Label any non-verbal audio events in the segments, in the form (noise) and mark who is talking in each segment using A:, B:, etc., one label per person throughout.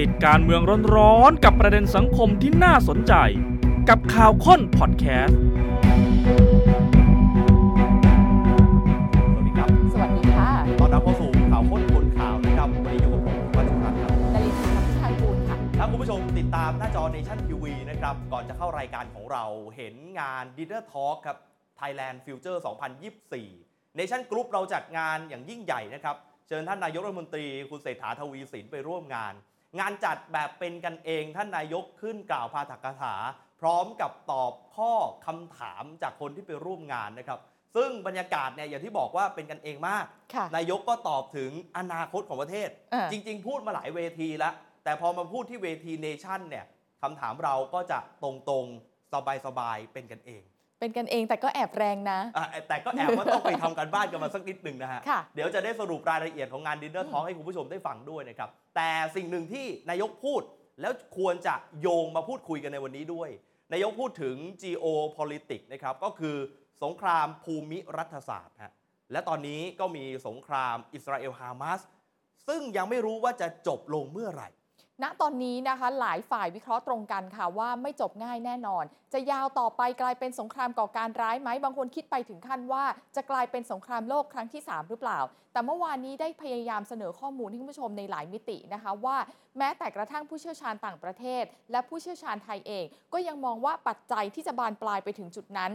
A: ติดการเมืองร้อนๆกับประเด็นสังคมที่น่าสนใจ กับข่าวค้นพอดแคสต์
B: สวัสดีครับ
C: สวัสดีค่ะ
B: ตอนรับเข้าสู่ข่าวค้นคนข่าวนะครับ วันนี้อยู่กับผมพัชรพันธ์ครับ
C: ดารินทร์คำชายบูลค่ะ
B: ถ้าคุณผู้ชมติดตามหน้าจอ Nation TV นะครับ ก่อนจะเข้ารายการของเราเห็นงาน Dinner Talk ครับ Thailand Future 2024 Nation Group เราจัดงานอย่างยิ่งใหญ่นะครับ เชิญท่านนายกรัฐมนตรี คุณเศรษฐาทวีสินไปร่วมงาน งานจัดแบบเป็นกันเองท่านนายกขึ้นกล่าวพาถกถา พร้อมกับตอบข้อคำถามจากคนที่ไปร่วมงานนะครับ ซึ่งบรรยากาศเนี่ยอย่างที่บอกว่าเป็นกันเองมาก
C: ค่ะ
B: นายกก็ตอบถึงอนาคตของประเทศ
C: เออ
B: จริง ๆ พูดมาหลายเวทีแล้ว แต่พอมาพูดที่เวทีเนชั่นเนี่ยคำถามเราก็จะตรงๆ สบายๆ เป็นกันเอง
C: เป็นกันเองแต่ก็แอบแรงนะ
B: อะแต่ก็แอบว่าต้องไปทำกันบ้านกันมาสักนิดหนึ่งนะฮะ
C: ค่ะ
B: เดี๋ยวจะได้สรุปรายละเอียดของงานดินเนอร์ท้องให้คุณผู้ชมได้ฟังด้วยนะครับ แต่สิ่งหนึ่งที่นายกพูดแล้วควรจะโยงมาพูดคุยกันในวันนี้ด้วย นายกพูดถึง geopolitics นะครับ ก็คือสงครามภูมิรัฐศาสตร์ฮะและตอนนี้ก็มีสงครามอิสราเอลฮามาสซึ่งยังไม่รู้ว่าจะจบลงเมื่อไหร่
C: ณตอนนี้นะคะ หลายฝ่ายวิเคราะห์ตรงกันค่ะ ว่าไม่จบง่ายแน่นอน จะยาวต่อไปกลายเป็นสงครามก่อการร้ายไหมบางคนคิดไปถึงขั้นว่าจะกลายเป็นสงครามโลกครั้งที่ 3 หรือเปล่า แต่เมื่อวานนี้ได้พยายามเสนอข้อมูลให้คุณผู้ชมในหลายมิตินะคะ ว่าแม้แต่กระทั่งผู้เชี่ยวชาญต่างประเทศ และผู้เชี่ยวชาญไทยเอง ก็ยังมองว่าปัจจัยที่จะบานปลายไปถึงจุดนั้น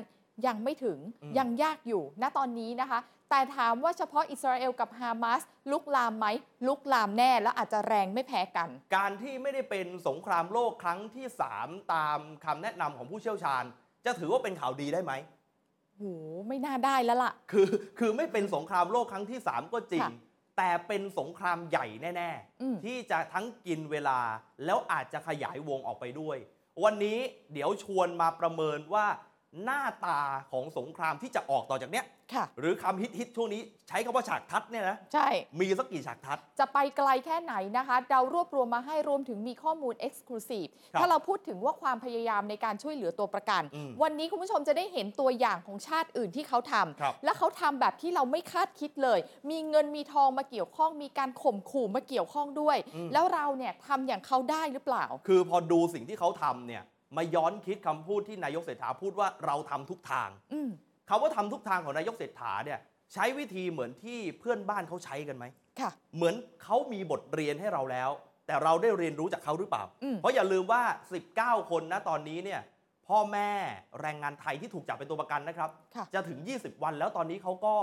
C: ยังไม่ถึง
B: อืม
C: ยังยากอยู่ ณตอนนี้นะคะ แต่ถามว่าเฉพาะอิสราเอลกับฮามาสลุกลามไหมลุกลามแน่และอาจจะแรงไม่แพ้กัน
B: การที่ไม่ได้เป็นสงครามโลกครั้งที่ 3 ตามคำแนะนำของผู้เชี่ยวชาญ จะถือว่าเป็นข่าวดีได้ไหม
C: โหไม่น่าได้แล้วล่ะ
B: คือคือไม่เป็นสงครามโลกครั้งที่ 3 ก็จริง
C: ค่ะ
B: แต่เป็นสงครามใหญ่แน่
C: อืม
B: ๆ ที่จะทั้งกินเวลาแล้วอาจจะขยายวงออกไปด้วย วันนี้เดี๋ยวชวนมาประเมินว่าหน้าตาของสงครามที่จะออกต่อจากเนี้ย
C: ค่ะ
B: หรือคำฮิต ๆ ช่วงนี้ใช้คำว่าฉากทัดเนี่ยนะ
C: ใช่
B: มีสักกี่ฉากทัด
C: จะไปไกลแค่ไหนนะคะ เรารวบรวมมาให้รวมถึงมีข้อมูล Exclusive
B: ครับ
C: ถ้าเราพูดถึงว่าความพยายามในการช่วยเหลือตัวประกัน
B: อืม
C: วันนี้คุณผู้ชมจะได้เห็นตัวอย่างของชาติอื่นที่เขาท
B: ครับ
C: ำและเขาทำแบบที่เราไม่คาดคิดเลย มีเงินมีทองมาเกี่ยวข้อง มีการข่มขู่มาเกี่ยวข้องด้วย แล้วเราเนี่ยทำอย่างเขาได้หรือเปล่า
B: คือพอดูสิ่งที่เขาทำเนี่ยมาย้อนคิดคำพูดที่นายกเศรษฐาพูดว่าเราทำทุกทาง
C: อืม
B: คำว่าทำทุกทางของนายกเศรษฐาเนี่ยใช้วิธีเหมือนที่เพื่อนบ้านเขาใช้กันไหม
C: ค่ะ
B: เหมือนเขามีบทเรียนให้เราแล้ว แต่เราได้เรียนรู้จากเขาหรือเปล่า
C: อืม
B: เพราะอย่าลืมว่า 19 คนนะตอนนี้เนี่ยพ่อแม่แรงงานไทยที่ถูกจับเป็นตัวประกันนะครับ
C: ค่ะ
B: จะถึง 20 วันแล้วตอนนี้เขาก็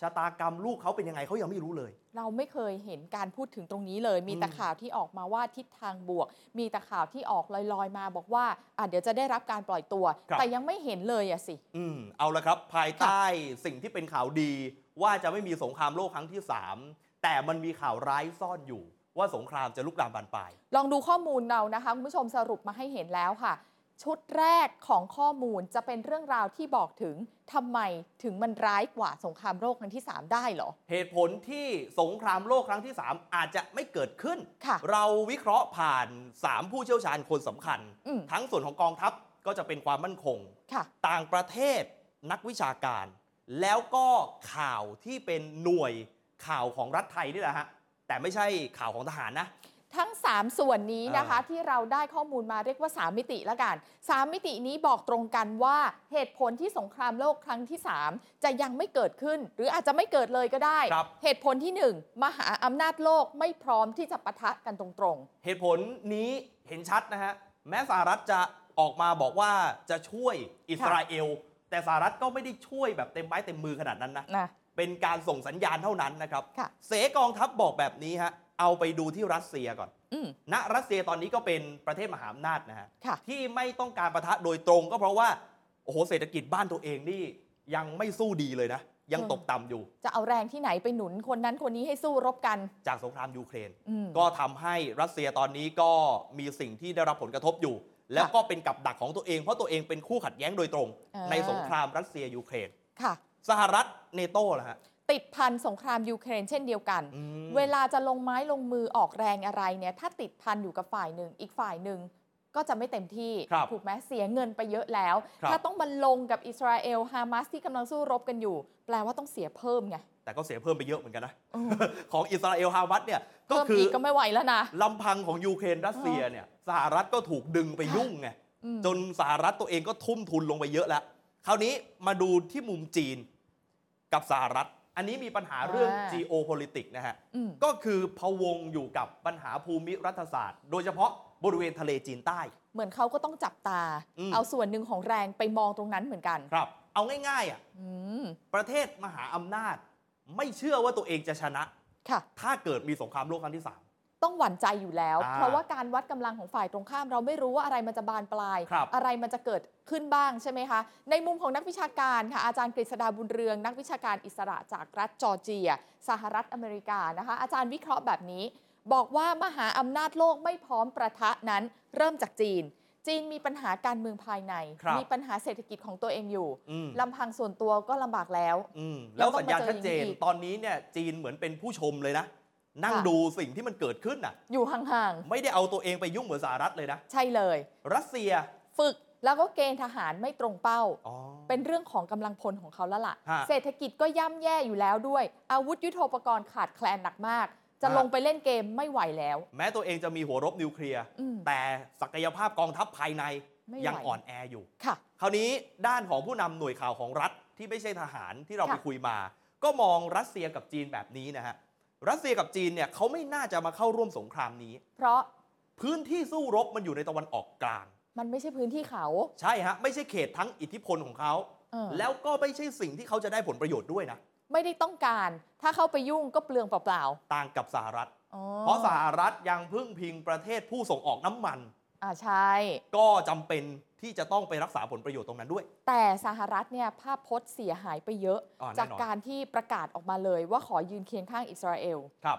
B: ชะตากรรมลูกเขาเป็นยังไงเขายังไม่รู้เลย
C: เราไม่เคยเห็นการพูดถึงตรงนี้เลย มีแต่
B: อืม
C: ข่าวที่ออกมาว่าทิศทางบวก มีแต่ข่าวที่ออกลอยๆมาบอกว่าอ่ะเดี๋ยวจะได้รับการปล่อยตัว
B: ครับ
C: แต่ยังไม่เห็นเลยอะสิ
B: อืมเอาละครับภายใต้สิ่งที่เป็นข่าวดี ว่าจะไม่มีสงครามโลกครั้งที่ 3 แต่มันมีข่าวร้ายซ่อนอยู่ ว่าสงครามจะลุกลามบานปลาย
C: ลองดูข้อมูลเรานะคะคุณผู้ชมสรุปมาให้เห็นแล้วค่ะ ชุดแรกของข้อมูลจะเป็นเรื่องราวที่บอกถึงทำไมถึงมันร้ายกว่าสงครามโลกครั้งที่ 3 ได้เหรอ
B: เหตุผลที่สงครามโลกครั้งที่ 3 อาจจะไม่เกิดขึ้น
C: ค่ะ
B: เราวิเคราะห์ผ่าน 3 ผู้เชี่ยวชาญคนสำคัญ
C: อืม
B: ทั้งส่วนของกองทัพก็จะเป็นความมั่นคง
C: ค่ะ
B: ต่างประเทศนักวิชาการ แล้วก็ข่าวที่เป็นหน่วยข่าวของรัฐไทยนี่แหละฮะ แต่ไม่ใช่ข่าวของทหารนะ
C: ทั้ง 3 ส่วนนี้นะคะ
B: อ่า
C: ที่เราได้ข้อมูลมาเรียกว่า 3 มิติละกัน 3 มิตินี้บอกตรงกันว่าเหตุผลที่สงครามโลกครั้งที่ 3 จะยังไม่เกิดขึ้น หรืออาจจะไม่เกิดเลยก็ได้
B: ครับ
C: เหตุผลที่ 1 มหาอำนาจโลกไม่พร้อมที่จะปะทะกันตรง
B: เหตุผลนี้เห็นชัดนะฮะ แม้สหรัฐจะออกมาบอกว่าจะช่วยอิสราเอล แต่สหรัฐก็ไม่ได้ช่วยแบบเต็มไม้เต็มมือขนาดนั้นนะ
C: ๆนะ
B: เป็นการส่งสัญญาณเท่านั้นนะครับ
C: ค่ะ
B: เสกองทัพบอกแบบนี้ฮะ เอาไปดูที่รัสเซียก่อน
C: อืม
B: ณ รัสเซียตอนนี้ก็เป็นประเทศมหาอำนาจนะฮะ
C: ค่ะ
B: ที่ไม่ต้องการประทะโดยตรงก็เพราะว่า โอ้โห เศรษฐกิจบ้านตัวเองนี่ ยังไม่สู้ดีเลยนะ ยัง
C: อืม
B: ตกต่ำอยู่
C: จะเอาแรงที่ไหนไปหนุนคนนั้นคนนี้ให้สู้รบกัน
B: จากสงครามยูเครน
C: อืม
B: ก็ทำให้รัสเซียตอนนี้ก็มีสิ่งที่ได้รับผลกระทบอยู่ แล้วก็เป็นกับดักของตัวเองเพราะตัวเองเป็นคู่ขัดแย้งโดยตรง
C: อ่า
B: ในสงครามรัสเซียยูเครน
C: ค่ะ
B: สหรัฐเนโต้นะฮะ
C: ติดพันสงครามยูเครนเช่นเดียวกัน
B: อืม
C: เวลาจะลงไม้ลงมือออกแรงอะไรเนี่ย ถ้าติดพันอยู่กับฝ่ายหนึ่ง อีกฝ่ายหนึ่งก็จะไม่เต็มที่
B: ครับ
C: ถูกไหมเสียเงินไปเยอะแล้ว
B: ครับ
C: ถ้าต้องมาลงกับอิสราเอลฮามาสที่กำลังสู้รบกันอยู่ แปลว่าต้องเสียเพิ่มไง
B: แต่ก็เสียเพิ่มไปเยอะเหมือนกันนะ
C: เออ
B: ของอิสราเอลฮามัสเนี่ย ก็
C: เพิ่ม
B: คือ
C: อีกก็ไม่ไหวแล้วนะ
B: ลำพังของยูเครนรัสเซียเนี่ยสหรัฐก็ถูกดึงไปยุ่งไง
C: อืม
B: จนสหรัฐตัวเองก็ทุ่มทุนลงไปเยอะแล้ว คราวนี้มาดูที่มุมจีนกับสหรัฐ อันนี้มีปัญหาเรื่อง
C: อ่า
B: geopolitics นะฮะ
C: อืม
B: ก็คือพะวงอยู่กับปัญหาภูมิรัฐศาสตร์ โดยเฉพาะบริเวณทะเลจีนใต้
C: เหมือนเขาก็ต้องจับตา
B: อืม
C: เอาส่วนหนึ่งของแรงไปมองตรงนั้นเหมือนกัน
B: ครับ เอาง่ายๆอ่ะ
C: อืม
B: ประเทศมหาอำนาจ ไม่เชื่อว่าตัวเองจะชนะ
C: ค่ะ
B: ถ้าเกิดมีสงครามโลกครั้งที่
C: ต้องหวั่นใจอยู่แล้ว
B: อ่า
C: เพราะว่าการวัดกำลังของฝ่ายตรงข้าม เราไม่รู้ว่าอะไรมันจะบานปลาย
B: ครับ
C: อะไรมันจะเกิดขึ้นบ้างใช่ไหมคะ ในมุมของนักวิชาการค่ะอาจารย์กฤษดาบุญเรือง นักวิชาการอิสระจากรัฐจอร์เจีย สหรัฐอเมริกานะคะ อาจารย์วิเคราะห์แบบนี้ บอกว่ามหาอำนาจโลกไม่พร้อมประทะนั้น เริ่มจากจีน จีนมีปัญหาการเมืองภายใน
B: ครับ
C: มีปัญหาเศรษฐกิจของตัวเองอยู่
B: 3อืม
C: ลำพังส่วนตัวก็ลำบากแล้ว
B: อืมแล้วสัญญาณ
C: แล้วก็มาเจอ
B: ชัดเจน
C: อย่างนี้อีก
B: ตอนนี้เนี่ยจีนเหมือนเป็นผู้ชมเลยนะ นั่ง
C: ค่ะ
B: ดูสิ่งที่มันเกิดขึ้นอ่ะ
C: อยู่ห่าง
B: ไม่ได้เอาตัวเองไปยุ่งเหมือนสหรัฐเลยนะ
C: ๆใช่เลย
B: รัสเซีย
C: ฝึกแล้วก็เกณฑ์ทหารไม่ตรงเป้า
B: อ๋อ
C: เป็นเรื่องของกำลังพลของเขาแล้วล่ะ
B: ฮะ
C: เศรษฐกิจก็ย่ำแย่อยู่แล้วด้วย อาวุธยุโทโธปกรณ์ขาดแคลนหนักมาก จะ
B: ฮะ
C: ลงไปเล่นเกมไม่ไหวแล้ว
B: แม้ตัวเองจะมีหัวรบนิวเคลียร์
C: อืม
B: แต่ศักยภาพกองทัพภายใน
C: ไม่ไหว
B: ยังอ่อนแออยู่
C: ค่ะ
B: คราวนี้ด้านของผู้นำหน่วยข่าวของรัฐที่ไม่ใช่ทหารที่เรา
C: ค่ะ
B: ไปคุยมา ก็มองรัสเซียกับจีนแบบนี้นะฮะ รัสเซียกับจีนเนี่ยเขาไม่น่าจะมาเข้าร่วมสงครามนี้
C: เพราะ
B: พื้นที่สู้รบมันอยู่ในตะวันออกกลาง
C: มันไม่ใช่พื้นที่เขา
B: ใช่ฮะ ไม่ใช่เขตทั้งอิทธิพลของเขา
C: เออ
B: แล้วก็ไม่ใช่สิ่งที่เขาจะได้ผลประโยชน์ด้วยนะ
C: ไม่ได้ต้องการ ถ้าเข้าไปยุ่งก็เปลืองเปล่า
B: ต่างกับสหรัฐ
C: ๆอ๋อ
B: เพราะสหรัฐยังพึ่งพิงประเทศผู้ส่งออกน้ำมัน
C: อ่าใช่
B: ก็จำเป็นที่จะต้องไปรักษาผลประโยชน์ตรงนั้นด้วย
C: แต่สหรัฐเนี่ยภาพพจน์เสียหายไปเยอะ
B: อ๋อ
C: จา
B: แน่
C: ก
B: นอน
C: การที่ประกาศออกมาเลยว่าขอยืนเคียงข้างอิสราเอล
B: ครับ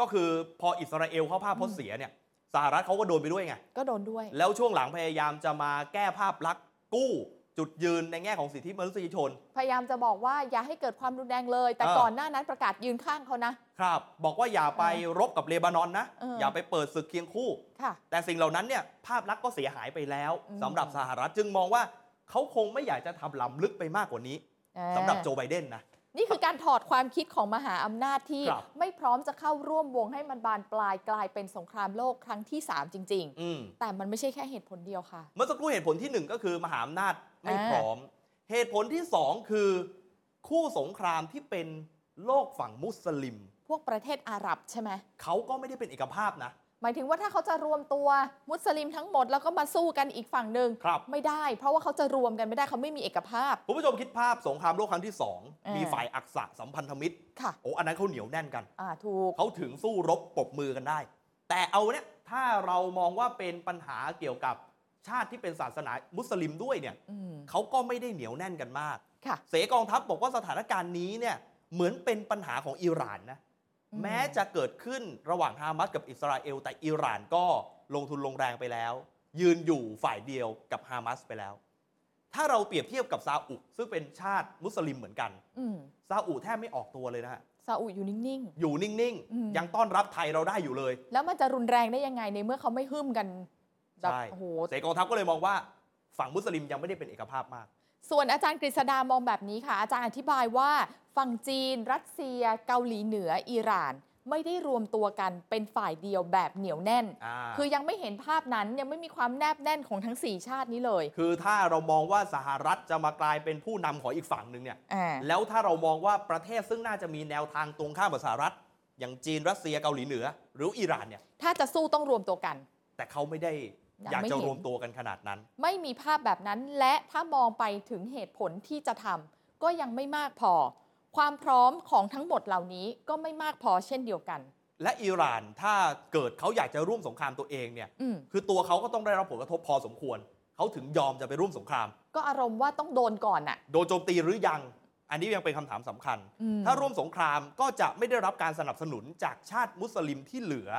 B: ก็คือพออิสราเอลเข้าภาพพจน์เสียเนี่ยสหรัฐเขาก็โดนไป
C: (laughs)
B: ด้วยไง
C: ก็โดนด้วย
B: แล้วช่วงหลังพยายามจะมาแก้ภาพลักษณ์กู้ จุดยืนในแง่ของสิทธิมนุษยชน
C: พยายามจะบอกว่าอย่าให้เกิดความรุนแรงเลย แต่
B: เออ
C: ก่อนหน้านั้นประกาศยืนข้างเขานะ
B: ครับ บอกว่าอย่าไปรบกับเลบานอนนะ
C: เอออ
B: อย่าไปเปิดศึกเคียงคู่
C: ค่ะ
B: แต่สิ่งเหล่านั้นเนี่ยภาพลักษณ์ก็เสียหายไปแล้ว
C: อืม
B: สำหรับสหรัฐจึงมองว่าเขาคงไม่อยากจะทำล้ำลึกไปมากกว่านี้
C: อ่า
B: สำหรับโจไบเดนนะ
C: นี่คือการถอดความคิดของมหาอำนาจที่
B: ครับ
C: ไม่พร้อมจะเข้าร่วมวงให้มันบานปลายกลายเป็นสงครามโลกครั้งที่ 3 จริง
B: อืม
C: ๆ แต่มันไม่ใช่แค่เหตุผลเดียวค่ะ
B: เมื่อสักครู่เหตุผลที่หนึ่งก็คือมหาอำนาจไม่
C: อ่า
B: พร้อม เหตุผลที่สองคือ คู่สงครามที่เป็นโลกฝั่งมุสลิม
C: พวกประเทศอาหรับใช่ไหม
B: เขาก็ไม่ได้เป็นเอกภาพนะ
C: หมายถึงว่าถ้าเขาจะรวมตัวมุสลิมทั้งหมดแล้วก็มาสู้กันอีกฝั่งหนึ่ง
B: ครับ
C: ไม่ได้ เพราะว่าเขาจะรวมกันไม่ได้เขาไม่มีเอกภาพ
B: คุณผู้ชมคิดภาพสงครามโลกครั้งที่สอง
C: อ่ามี
B: มีฝ่ายอักษะสัมพันธมิตร
C: ค่ะ
B: โอ้อันนั้นเขาเหนียวแน่นกัน
C: อ่าถูก
B: เขาถึงสู้รบปรบมือกันได้ แต่เอาเนี่ยถ้าเรามองว่าเป็นปัญหาเกี่ยวกับชาติที่เป็นศาสนามุสลิมด้วยเนี่ย
C: อืม
B: เขาก็ไม่ได้เหนียวแน่นกันมาก
C: ค่ะ
B: เสกองทัพบอกว่าสถานการณ์นี้เนี่ยเหมือนเป็นปัญหาของอิหร่านนะ
C: อืม
B: แม้จะเกิดขึ้นระหว่างฮามาสกับอิสราเอล แต่อิหร่านก็ลงทุนลงแรงไปแล้ว ยืนอยู่ฝ่ายเดียวกับฮามาสไปแล้ว ถ้าเราเปรียบเทียบกับซาอุซึ่งเป็นชาติมุสลิมเหมือนกัน
C: อืม
B: ซาอุแทบไม่ออกตัวเลยนะฮะ
C: ซาอุอยู่นิ่ง
B: อยู่นิ่ง
C: อืม
B: ๆ ยังต้อนรับไทยเราได้อยู่เลย
C: ๆ แล้วมันจะรุนแรงได้ยังไงในเมื่อเขาไม่ฮึ่มกันแบบ
B: ใช่
C: โอ้โห
B: เสกองทัพก็เลยมองว่าฝั่งมุสลิมยังไม่ได้เป็นเอกภาพมาก
C: ส่วนอาจารย์กฤษดามองแบบนี้ค่ะ อาจารย์อธิบายว่า ฝั่งจีน รัสเซีย เกาหลีเหนือ อิหร่าน ไม่ได้รวมตัวกันเป็นฝ่ายเดียวแบบเหนียวแน่น
B: อ่า
C: คือยังไม่เห็นภาพนั้นยังไม่มีความแนบแน่นของทั้ง 4 ชาตินี้เลย
B: คือถ้าเรามองว่าสหรัฐจะมากลายเป็นผู้นำของอีกฝั่งหนึ่งเนี่ย
C: อ่า
B: แล้วถ้าเรามองว่าประเทศซึ่งน่าจะมีแนวทางตรงข้ามกับสหรัฐ อย่างจีนรัสเซียเกาหลีเหนือ หรืออิหร่านเนี่ย
C: ถ้าจะสู้ต้องรวมตัวกัน
B: แต่เขาไม่ได้
C: ยั
B: อยาง ก
C: ไม่
B: จะ
C: เห็น
B: รวมตัวกันขนาดนั้น
C: ไม่มีภาพแบบนั้น และถ้ามองไปถึงเหตุผลที่จะทำก็ยังไม่มากพอ ความพร้อมของทั้งหมดเหล่านี้ก็ไม่มากพอเช่นเดียวกัน
B: และอิหร่านถ้าเกิดเขาอยากจะร่วมสงครามตัวเองเนี่ย
C: อืม
B: คือตัวเขาก็ต้องได้รับผลกระทบพอสมควร เขาถึงยอมจะไปร่วมสงคราม
C: ก็อารมณ์ว่าต้องโดนก่อนน่ะ
B: โดนโจมตีหรือยัง อันนี้ยังเป็นคำถามสำคัญ
C: อืม
B: ถ้าร่วมสงครามก็จะไม่ได้รับการสนับสนุนจากชาติมุสลิมที่เหลือ